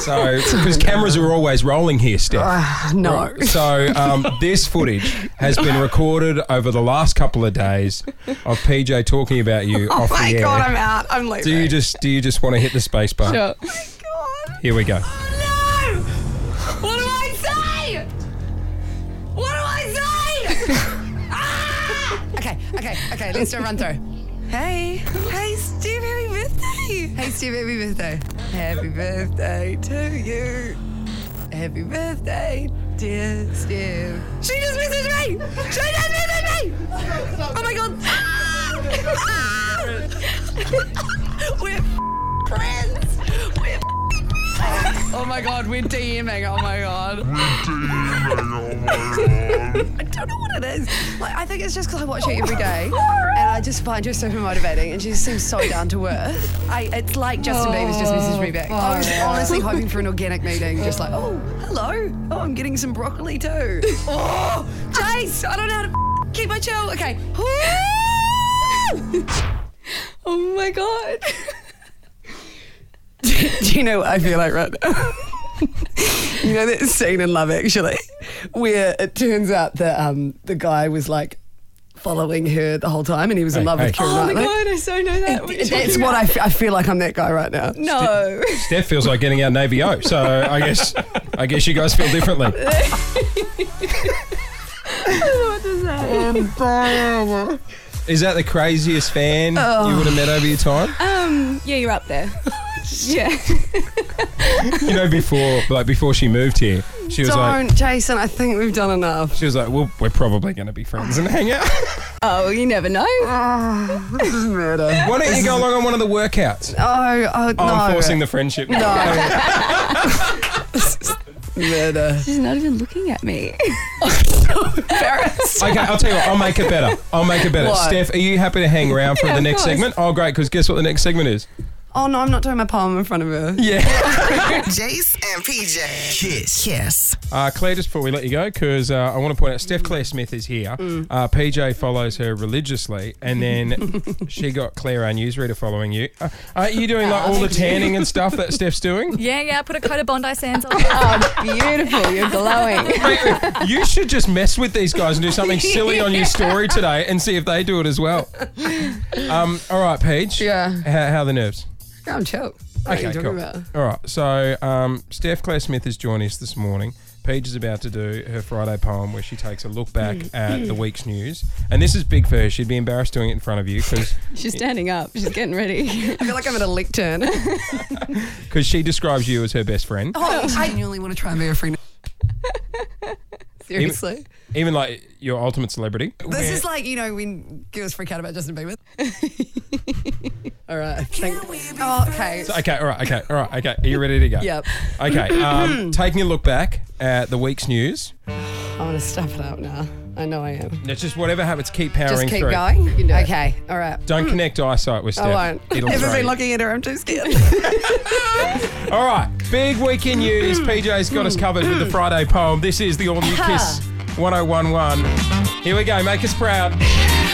Speaker 7: So because cameras are always rolling here, Steph.
Speaker 8: Ah, no.
Speaker 7: So um, this footage has
Speaker 8: [LAUGHS]
Speaker 7: been recorded over the last couple of days of PJ talking about you
Speaker 8: Oh
Speaker 7: off
Speaker 8: my
Speaker 7: the air.
Speaker 8: god, I'm out. I'm oh leaving.
Speaker 7: Do you just do you just want to hit the space bar?
Speaker 8: Sure.
Speaker 7: Here we go.
Speaker 19: What do I say? What do I
Speaker 8: [LAUGHS] Okay, okay, okay. Let's do a run through. Hey, hey, Steve, happy birthday! Hey, Steve, happy birthday! Happy birthday to you! Happy birthday, dear Steve.
Speaker 19: say? She just messaged me. She just messaged me. Oh my god. Ah! Ah! [LAUGHS] We're f- friends. We're f-
Speaker 8: Oh my God, we're DMing. Oh my God. We're
Speaker 19: DMing.
Speaker 8: [LAUGHS] I don't know what it is. Like, I think it's just because I watch her every day, and I just find her super motivating, and she just seems so down to earth. I, it's like Justin Bieber's just messaged me back. I was
Speaker 19: Oh, far out.
Speaker 8: honestly hoping for an organic meeting, just like, oh, hello. Oh, I'm getting some broccoli too. Oh, Jace, I don't know how to f- keep my chill. Okay.
Speaker 21: oh my god.
Speaker 8: [LAUGHS] Do you know what I feel like right now? you know that scene in Love Actually, where it turns out that um, the guy was like following her the whole time, and he was in
Speaker 7: Hey,
Speaker 8: love
Speaker 7: hey.
Speaker 8: with Kira
Speaker 21: Oh my
Speaker 8: Knightley.
Speaker 21: god, I so know that. What are you
Speaker 8: That's
Speaker 21: talking
Speaker 8: what I,
Speaker 21: about?
Speaker 8: f- I feel like I'm that guy right now.
Speaker 21: No.
Speaker 7: Steph feels like getting out Navy O, so I guess I guess you guys feel
Speaker 8: [LAUGHS]
Speaker 7: differently.
Speaker 21: what is that?
Speaker 7: Is that the craziest fan
Speaker 8: Oh.
Speaker 7: you would have met over your time?
Speaker 21: Um, yeah, you're up there. yeah.
Speaker 7: You know, before like before she moved here, she was
Speaker 8: Don't,
Speaker 7: like
Speaker 8: Jason. I think we've done enough.
Speaker 7: she was like, well, we're probably going to be friends and hang out.
Speaker 21: Oh, you never know.
Speaker 8: Ah, this is murder.
Speaker 7: Why don't you go along on one of the workouts?
Speaker 8: [LAUGHS] Oh, oh,
Speaker 7: Oh,
Speaker 8: no.
Speaker 7: I'm forcing the friendship.
Speaker 8: No. Murder.
Speaker 21: She's not even looking at me.
Speaker 7: Okay, I'll tell you what. I'll make it better. I'll make it better.
Speaker 8: What?
Speaker 7: Steph, are you happy to hang around for
Speaker 8: Yeah,
Speaker 7: the
Speaker 8: of
Speaker 7: next
Speaker 8: course.
Speaker 7: segment? Oh, great! Because guess what the next segment is?
Speaker 8: Oh no, I'm not doing my poem in front of [LAUGHS] her.
Speaker 7: Yeah.
Speaker 6: Jace and PJ. Kiss. Kiss.
Speaker 7: [LAUGHS] Uh, Claire, just before we let you go, because uh, I want to point out Steph Claire Smith is here.
Speaker 6: Mm.
Speaker 7: Uh, PJ follows her religiously, and
Speaker 8: [LAUGHS]
Speaker 7: then she got Claire, our newsreader, following you. Uh, aren't you doing like
Speaker 20: Oh,
Speaker 7: all the
Speaker 20: thank you.
Speaker 7: tanning and stuff that Steph's doing?
Speaker 20: Yeah, yeah. I put a coat of Bondi Sands
Speaker 21: [LAUGHS]
Speaker 20: on. oh,
Speaker 21: beautiful. You're glowing.
Speaker 7: You should just mess with these guys and do something silly on your story today and see if they do it as well. Um, all right, Paige. Yeah. How, how are the nerves?
Speaker 8: I'm chill. What are you
Speaker 7: Okay,
Speaker 8: talking
Speaker 7: cool.
Speaker 8: about?
Speaker 7: All right. So, um, Steph Claire Smith has joined us this morning. Paige is about to do her Friday poem where she takes a look back
Speaker 21: Mm.
Speaker 7: at the week's news. And this is big for her. She'd be embarrassed doing it in front of you
Speaker 21: She's standing up. She's getting
Speaker 8: [LAUGHS]
Speaker 21: ready. I
Speaker 8: feel like I'm at a
Speaker 21: [LAUGHS]
Speaker 8: lectern.
Speaker 7: because she describes you as her best friend.
Speaker 8: Oh, I genuinely want to try and be a
Speaker 21: [LAUGHS]
Speaker 8: friend. Seriously.
Speaker 7: Even, even like your ultimate celebrity.
Speaker 8: This
Speaker 7: Where-
Speaker 8: is like, you know, when girls freak out about Justin
Speaker 21: [LAUGHS]
Speaker 8: Bieber. All right. I think. Oh, okay.
Speaker 7: So, okay, all right, okay, all right, okay. Are you ready to go?
Speaker 8: Yep. [CLEARS THROAT]
Speaker 7: Okay, um, taking a look back at the week's news.
Speaker 8: I want to step it up now. I know I am.
Speaker 7: It's just whatever happens, keep powering
Speaker 8: Just keep
Speaker 7: through.
Speaker 8: going. You can do okay. All right.
Speaker 7: Don't connect eyesight with Steph.
Speaker 8: I won't. [LAUGHS]
Speaker 7: It'll
Speaker 8: Ever
Speaker 7: throw you.
Speaker 8: been looking at her? I'm too scared.
Speaker 21: [LAUGHS]
Speaker 7: All right, big weekend
Speaker 8: [CLEARS THROAT]
Speaker 7: news. PJ's got us covered with the Friday poem. This is the all new Kiss 1011. Here we go, make us proud.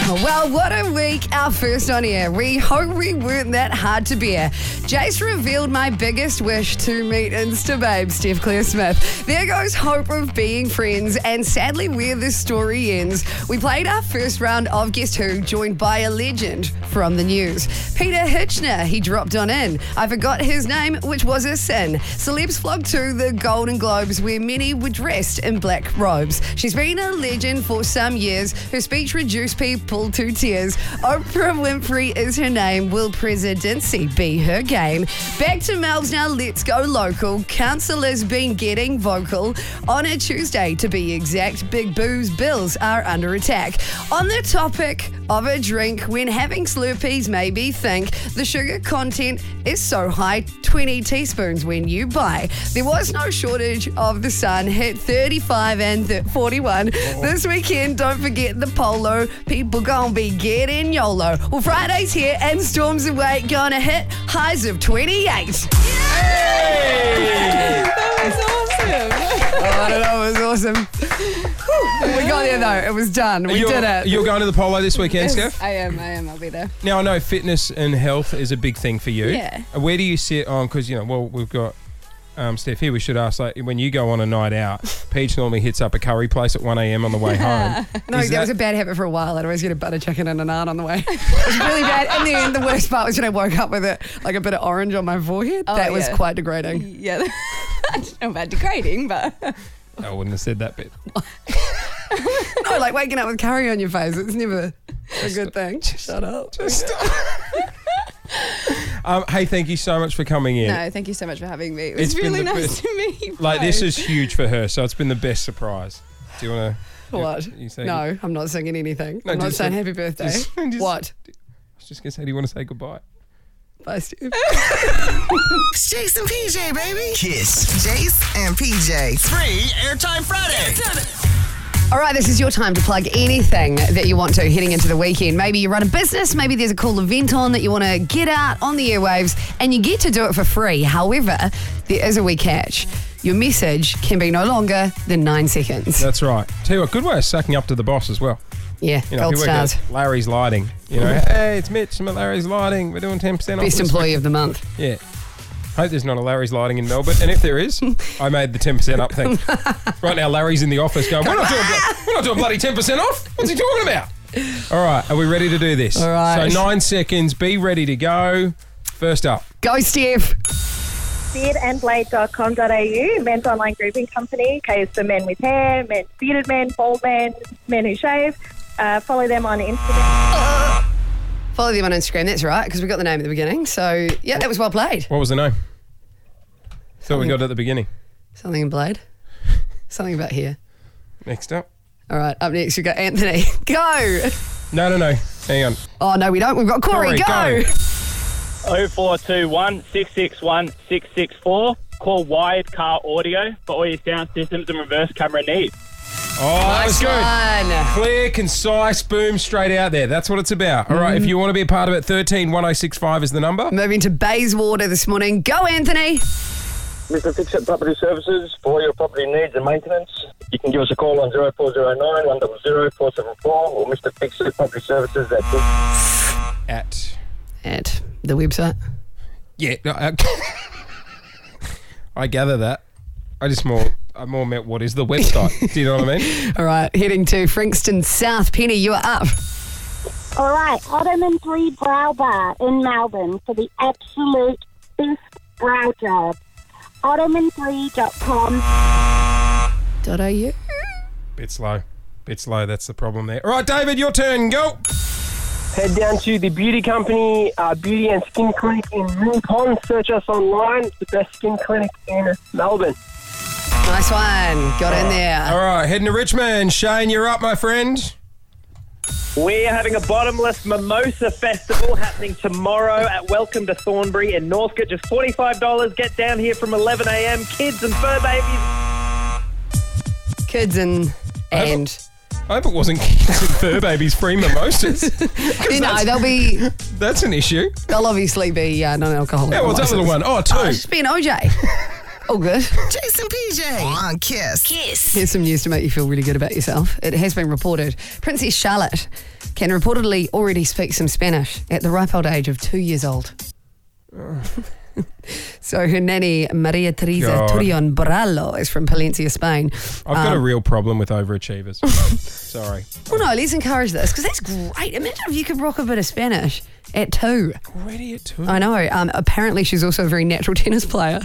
Speaker 8: Well, what a week, our first on air. We hope we weren't that hard to bear. Jace revealed my biggest wish to meet Insta babe, Steph Claire Smith. There goes hope of being friends, and sadly, where this story ends. We played our first round of Guess Who, joined by a legend from the news. Peter Hitchner, he dropped on in. I forgot his name, which was a sin. Celebs flocked to the Golden Globes, where many were dressed in black robes. She's been a legend for some years. Her speech reduced people to tears. Oprah Winfrey is her name. Will presidency be her game? Back to Melbs now. Let's go local. Councillors been getting vocal on a Tuesday, to be exact. Big Boo's bills are under attack. On the topic of a drink, when having Slurpees, maybe think the sugar content is so high, 20 teaspoons when you buy. There was no shortage of the sun. Hit 35 and th- 41
Speaker 7: Uh-huh.
Speaker 8: this weekend. Don't forget the polo. People gonna be getting YOLO. Well, Friday's here and storms away. Gonna hit highs of 28. [LAUGHS] I don't know. It Oh, was awesome. Whew, we got there though. It was done. We
Speaker 7: you're,
Speaker 8: did it.
Speaker 7: You're going to the polo this weekend,
Speaker 8: Yes,
Speaker 7: Steph?
Speaker 21: I am, I am. I'll be there.
Speaker 7: Now, I know fitness and health is a big thing for you. Uh,
Speaker 21: Yeah.
Speaker 7: Where do you sit on, because, you know, well, we've got um, Steph here. We should ask, like, when you go on a night out,
Speaker 8: [LAUGHS]
Speaker 7: Peach normally hits up a curry place at 1 a.m. on the way home.
Speaker 8: No,
Speaker 7: Is
Speaker 8: that, was a bad habit for a while. I'd always get a butter chicken and a naan on the way. [LAUGHS] It was really bad. And then the worst part was when I woke up with it, like a bit of orange on my forehead.
Speaker 21: Oh,
Speaker 8: that was
Speaker 21: yeah.
Speaker 8: quite degrading.
Speaker 21: Yeah. I don't know about degrading, but
Speaker 7: I wouldn't have said that
Speaker 8: [LAUGHS]
Speaker 7: bit.
Speaker 8: [LAUGHS] no, like waking up with curry on your face. It's never a good thing. Shut up.
Speaker 7: Um, hey, thank you so much for coming in.
Speaker 21: no, thank you so much for having me. It was
Speaker 7: It's been
Speaker 21: really
Speaker 7: the
Speaker 21: nice
Speaker 7: best-
Speaker 21: to meet you.
Speaker 7: Like, this
Speaker 21: both.
Speaker 7: is huge for her, so it's been the best surprise. Do you want to?
Speaker 8: What?
Speaker 7: [LAUGHS] You say
Speaker 8: No, I'm not singing anything.
Speaker 7: No,
Speaker 8: I'm not
Speaker 7: just-
Speaker 8: saying happy birthday.
Speaker 7: just- [LAUGHS]
Speaker 8: what?
Speaker 7: I was just going to say, do you want to say goodbye?
Speaker 8: Bye, Steve.
Speaker 6: It's Jason PJ, baby.
Speaker 4: Kiss.
Speaker 6: Jace and PJ.
Speaker 4: Free Airtime Friday.
Speaker 8: All right, this is your time to plug anything that you want to heading into the weekend. Maybe you run a business, maybe there's a cool event on that you want to get out on the airwaves, and you get to do it for free. However, there is a wee catch. Your message can be no longer than nine seconds.
Speaker 7: That's right. Tell you what, good way of sucking up to the boss as well.
Speaker 8: Yeah, gold
Speaker 7: if you work at
Speaker 8: stars.
Speaker 7: Larry's Lighting. You
Speaker 8: [LAUGHS]
Speaker 7: know, hey, it's Mitch from Larry's Lighting. We're doing 10% off.
Speaker 8: Best
Speaker 7: this
Speaker 8: employee
Speaker 7: week."
Speaker 8: of the month.
Speaker 7: Yeah. Hope there's not a Larry's Lighting in Melbourne. And if there is, I made the 10% up
Speaker 8: [LAUGHS]
Speaker 7: thing. right now, Larry's in the office going, we're not, doing, blo- we're not doing bloody 10% off. What's he talking about? All right, are we ready to do this?
Speaker 8: All right.
Speaker 7: So, nine seconds. Be ready to go. First up.
Speaker 8: Go, Steve.
Speaker 10: beardandblade.com.au, men's online grooming company. K is for men with hair, men, bearded men, bald men, men who shave. Uh, follow them on Instagram.
Speaker 8: Follow them on Instagram. That's right, because we got the name at the beginning. So, yeah, that was well played.
Speaker 7: What was the name? Thought we got it at the beginning.
Speaker 8: Something in Blade. Something about here.
Speaker 7: Next up.
Speaker 8: All right, up next we got Anthony. [LAUGHS] Go.
Speaker 7: No, no, no. Hang on.
Speaker 8: Oh, no, we don't. We've got Corey.
Speaker 7: Corey,
Speaker 8: go.
Speaker 7: go.
Speaker 11: 0421 661 664. Call Wired Car Audio for all your sound systems and reverse camera needs.
Speaker 7: Oh, that
Speaker 11: Nice
Speaker 7: was good.
Speaker 8: One.
Speaker 7: Clear, concise, boom, straight out there. That's what it's about. All right, if you want to be a part of it, 13 1065 is the number.
Speaker 8: Moving to Bayswater this morning. Go, Anthony.
Speaker 5: Mr. Fix It Property Services for all your property needs and maintenance. You can give us a call on 0409 100 474 or Mr. Fix It Property Services at
Speaker 7: At.
Speaker 8: At the website.
Speaker 7: Yeah. no, I, [LAUGHS] I gather that. I just more, I more meant what is the website. Do you know what I mean?
Speaker 8: All right, heading to Frankston South. Penny, you are up.
Speaker 12: All right, Ottoman 3 Brow Bar in Melbourne for the absolute best brow job. Ottoman3.com.
Speaker 8: Dot au.
Speaker 7: Bit slow. Bit slow. That's the problem there. All right, David, your turn. Go.
Speaker 11: Head down to the beauty company, uh, Beauty and Skin Clinic in Moon Pond. Search us online. It's the best skin clinic in Melbourne.
Speaker 8: Nice one. Got in there.
Speaker 7: All right, heading to Richmond. Shane, you're up, my friend.
Speaker 11: We're having a bottomless mimosa festival happening tomorrow at Welcome to Thornbury in Northcote. Just $45. Get down here from 11 a.m. Kids and fur babies.
Speaker 8: Kids and and
Speaker 7: I hope it wasn't kids and fur babies free mimosas. 'Cause
Speaker 8: You know,
Speaker 7: that's-
Speaker 8: they'll be,
Speaker 7: That's an issue.
Speaker 8: they'll obviously be uh, non-alcoholic.
Speaker 7: Yeah, what's that little one? Oh, two.
Speaker 8: Oh, it should be an
Speaker 7: [LAUGHS]
Speaker 8: OJ. All good.
Speaker 6: Jason PJ on Kiss. Kiss.
Speaker 8: Here's some news to make you feel really good about yourself. It has been reported Princess Charlotte can reportedly already speak some Spanish at the ripe old age of two years old. [LAUGHS] so her nanny, Maria Teresa
Speaker 7: God.
Speaker 8: Turion Bralo, is from Palencia, Spain.
Speaker 7: I've got a
Speaker 8: Um,
Speaker 7: real problem with overachievers. Sorry.
Speaker 8: Well, no, let's encourage this because that's great. Imagine if you could rock a bit of Spanish at two.
Speaker 7: Already at two?
Speaker 8: I know. Um, apparently, she's also a very natural [LAUGHS] tennis player.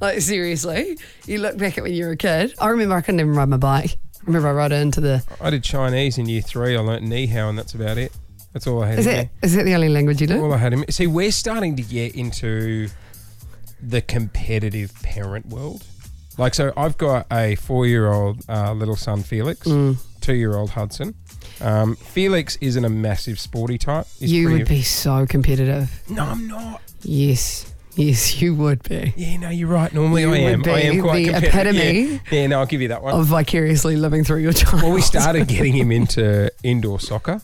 Speaker 8: Like, seriously, you look back at when you were a kid. I remember I couldn't even ride my bike. Remember, I rode into the.
Speaker 7: I did Chinese in year three. I learnt ni hao, and that's about it. That's all I had.
Speaker 8: Is
Speaker 7: in
Speaker 8: that, is that the only language you
Speaker 7: there.
Speaker 8: know?
Speaker 7: All I had. In, see, we're starting to get into the competitive parent world. Like, so I've got a four-year-old uh, little son, Felix.
Speaker 8: Mm.
Speaker 7: Two-year-old Hudson. Um, Felix isn't a massive sporty type. He's
Speaker 8: You
Speaker 7: pretty-
Speaker 8: would be so competitive.
Speaker 7: No, I'm not.
Speaker 8: Yes, yes, [LAUGHS] you would be.
Speaker 7: Yeah, no, you're right. Normally I
Speaker 8: You
Speaker 7: am.
Speaker 8: would
Speaker 7: I
Speaker 8: be
Speaker 7: am quite
Speaker 8: the
Speaker 7: competitive.
Speaker 8: epitome
Speaker 7: Yeah. yeah, no, I'll give you that one.
Speaker 8: Of vicariously living through your child.
Speaker 7: Well, we started getting him into indoor soccer,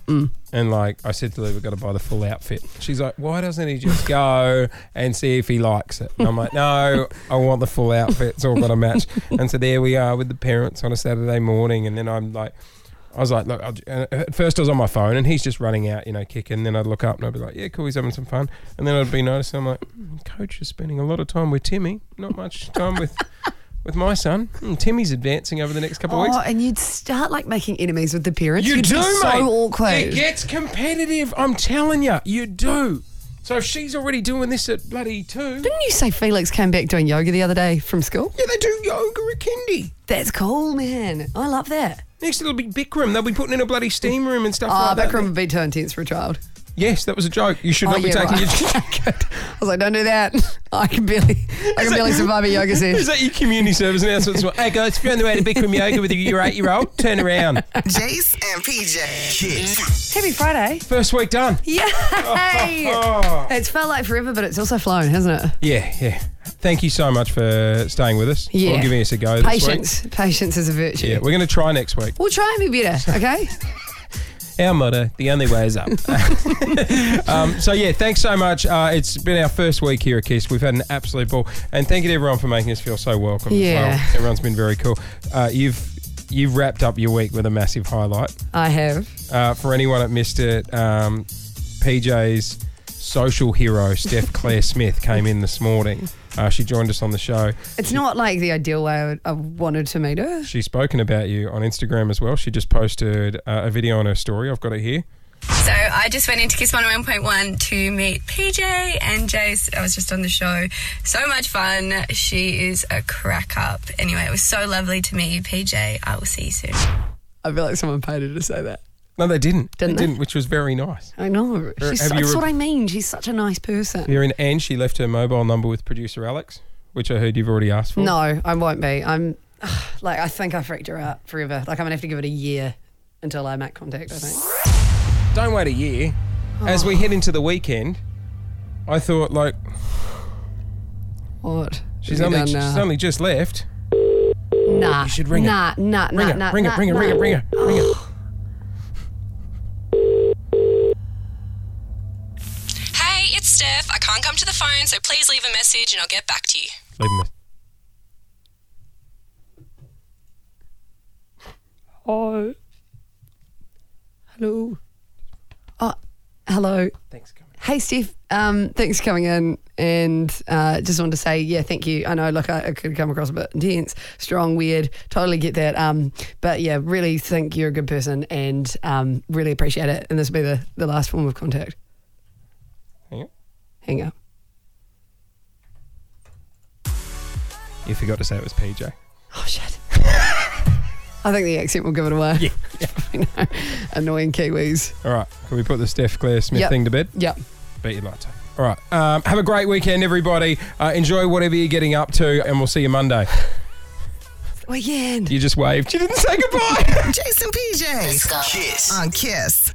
Speaker 7: and like I said to Lou, we've got to buy the full outfit. She's like, "Why doesn't he just go and see if he likes it?" And I'm like, "No, I want the full outfit. It's all got to match." And so there we are with the parents on a Saturday morning, and then I'm like. I was like, look, I'll, j- and at first I was on my phone and he's just running out, you know, kicking. Then I'd look up and I'd be like, yeah, cool, he's having some fun. And then I'd be noticing, I'm like, "Hmm, coach is spending a lot of time with Timmy, not much time with [LAUGHS] with my son. Hmm, Timmy's advancing over the next couple of weeks.
Speaker 8: Oh, and you'd start like making enemies with the parents.
Speaker 7: You
Speaker 8: You'd
Speaker 7: do,
Speaker 8: be
Speaker 7: mate.
Speaker 8: So awkward.
Speaker 7: It gets competitive. I'm telling you, you do. So if she's already doing this at bloody two,
Speaker 8: Didn't you say Felix came back doing yoga the other day from school?
Speaker 7: yeah, they do yoga at kindy.
Speaker 8: That's cool, man. I love that.
Speaker 7: Next it'll be Bikram. They'll be putting in a bloody steam room and stuff
Speaker 8: Ah,
Speaker 7: like
Speaker 8: backroom
Speaker 7: that.
Speaker 8: would be too intense for a child.
Speaker 7: Yes, that was a joke. You should
Speaker 8: Oh,
Speaker 7: not be
Speaker 8: yeah,
Speaker 7: taking
Speaker 8: right.
Speaker 7: your.
Speaker 8: [LAUGHS] I was like, don't do that. [LAUGHS] I can barely,
Speaker 7: [LAUGHS]
Speaker 8: I can barely survive a yoga
Speaker 7: Is
Speaker 8: session.
Speaker 7: that your community service announcement? Well, hey guys, if you're on the way to Bikram yoga with your eight year old, turn around.
Speaker 6: Jace and PJ.
Speaker 8: Happy Friday.
Speaker 7: First week done.
Speaker 8: Yay!
Speaker 7: [LAUGHS]
Speaker 8: it's felt like forever, but it's also flown, hasn't it?
Speaker 7: Yeah, yeah. Thank you so much for staying with us.
Speaker 8: Yeah.
Speaker 7: Or giving us a go this
Speaker 8: Patience. Patience is a virtue.
Speaker 7: week. Yeah, we're going to try next week.
Speaker 8: We'll try and
Speaker 7: [LAUGHS]
Speaker 8: be better, okay?
Speaker 7: Our motto, the only way is
Speaker 8: [LAUGHS]
Speaker 7: up. um, so, yeah, thanks so much. Uh, it's been our first week here at Kiss. We've had an absolute ball. And thank you to everyone for making us feel so welcome
Speaker 8: Yeah.
Speaker 7: as well. Everyone's been very cool. Uh, you've you've wrapped up your week with a massive highlight.
Speaker 8: I have.
Speaker 7: Uh, for anyone that missed it, um, PJ's social hero,
Speaker 8: [LAUGHS]
Speaker 7: Steph Claire Smith, came in this morning. Uh, she joined us on the show.
Speaker 8: It's not like the ideal way I, would, I wanted to meet her.
Speaker 7: She's spoken about you on Instagram as well. She just posted uh, a video on her story. I've got it here.
Speaker 21: So I just went into Kiss 101.1 to meet PJ and Jace. I was just on the show. So much fun. She is a crack up. Anyway, it was so lovely to meet you, PJ. I will see you soon.
Speaker 8: I feel like someone paid her to say that.
Speaker 7: No, they didn't.
Speaker 8: Didn't
Speaker 7: they
Speaker 8: they?
Speaker 7: didn't, which was very nice.
Speaker 8: I know.
Speaker 7: Or
Speaker 8: She's,
Speaker 7: have
Speaker 8: so-
Speaker 7: you
Speaker 8: that's
Speaker 7: re-
Speaker 8: what I mean. She's such a nice person.
Speaker 7: You're in, and she left her mobile number with producer Alex, which I heard you've already asked for.
Speaker 8: No, I won't be. I'm [SIGHS] like I think I freaked her out forever. Like I'm gonna have to give it a year until I make contact. I think.
Speaker 7: Don't wait a year. As we head into the weekend, I thought like
Speaker 8: What?
Speaker 7: she's
Speaker 8: Have you
Speaker 7: only
Speaker 8: done
Speaker 7: she's
Speaker 8: now?
Speaker 7: only just left.
Speaker 8: Nah.
Speaker 7: You should ring her.
Speaker 8: nah, Nah, nah,
Speaker 7: Ring her,
Speaker 8: nah,
Speaker 7: ring her,
Speaker 8: nah,
Speaker 7: ring her,
Speaker 8: nah.
Speaker 7: ring her, ring her, ring [GASPS] her.
Speaker 21: Hey, it's Steph. I can't come to the phone, so please leave a message and I'll get back to you.
Speaker 7: Leave him.
Speaker 8: Hi. Hello. Oh, hello.
Speaker 7: Thanks for coming.
Speaker 8: Hey, Steph. Um, thanks for coming in, and uh, just wanted to say, yeah, thank you. I know, look, I, I could come across a bit intense, strong, weird. Totally get that. Um, but yeah, really think you're a good person, and um, really appreciate it. And this will be the, the last form of contact.
Speaker 7: Hang up.
Speaker 8: Hang up.
Speaker 7: You forgot to say it was PJ.
Speaker 8: Oh shit. [LAUGHS] I think the accent will give it away. Yeah. [LAUGHS] Annoying Kiwis.
Speaker 7: All right, can we put the Steph Claire Smith
Speaker 8: Yep.
Speaker 7: thing to bed?
Speaker 8: Yep.
Speaker 7: Bet you'd like to. All right, um, have a great weekend, everybody. Uh, enjoy whatever you're getting up to, and we'll see you Monday.
Speaker 8: Weekend.
Speaker 7: You just waved. You didn't say goodbye. [LAUGHS]
Speaker 6: Jason PJ. Kiss. On Kiss.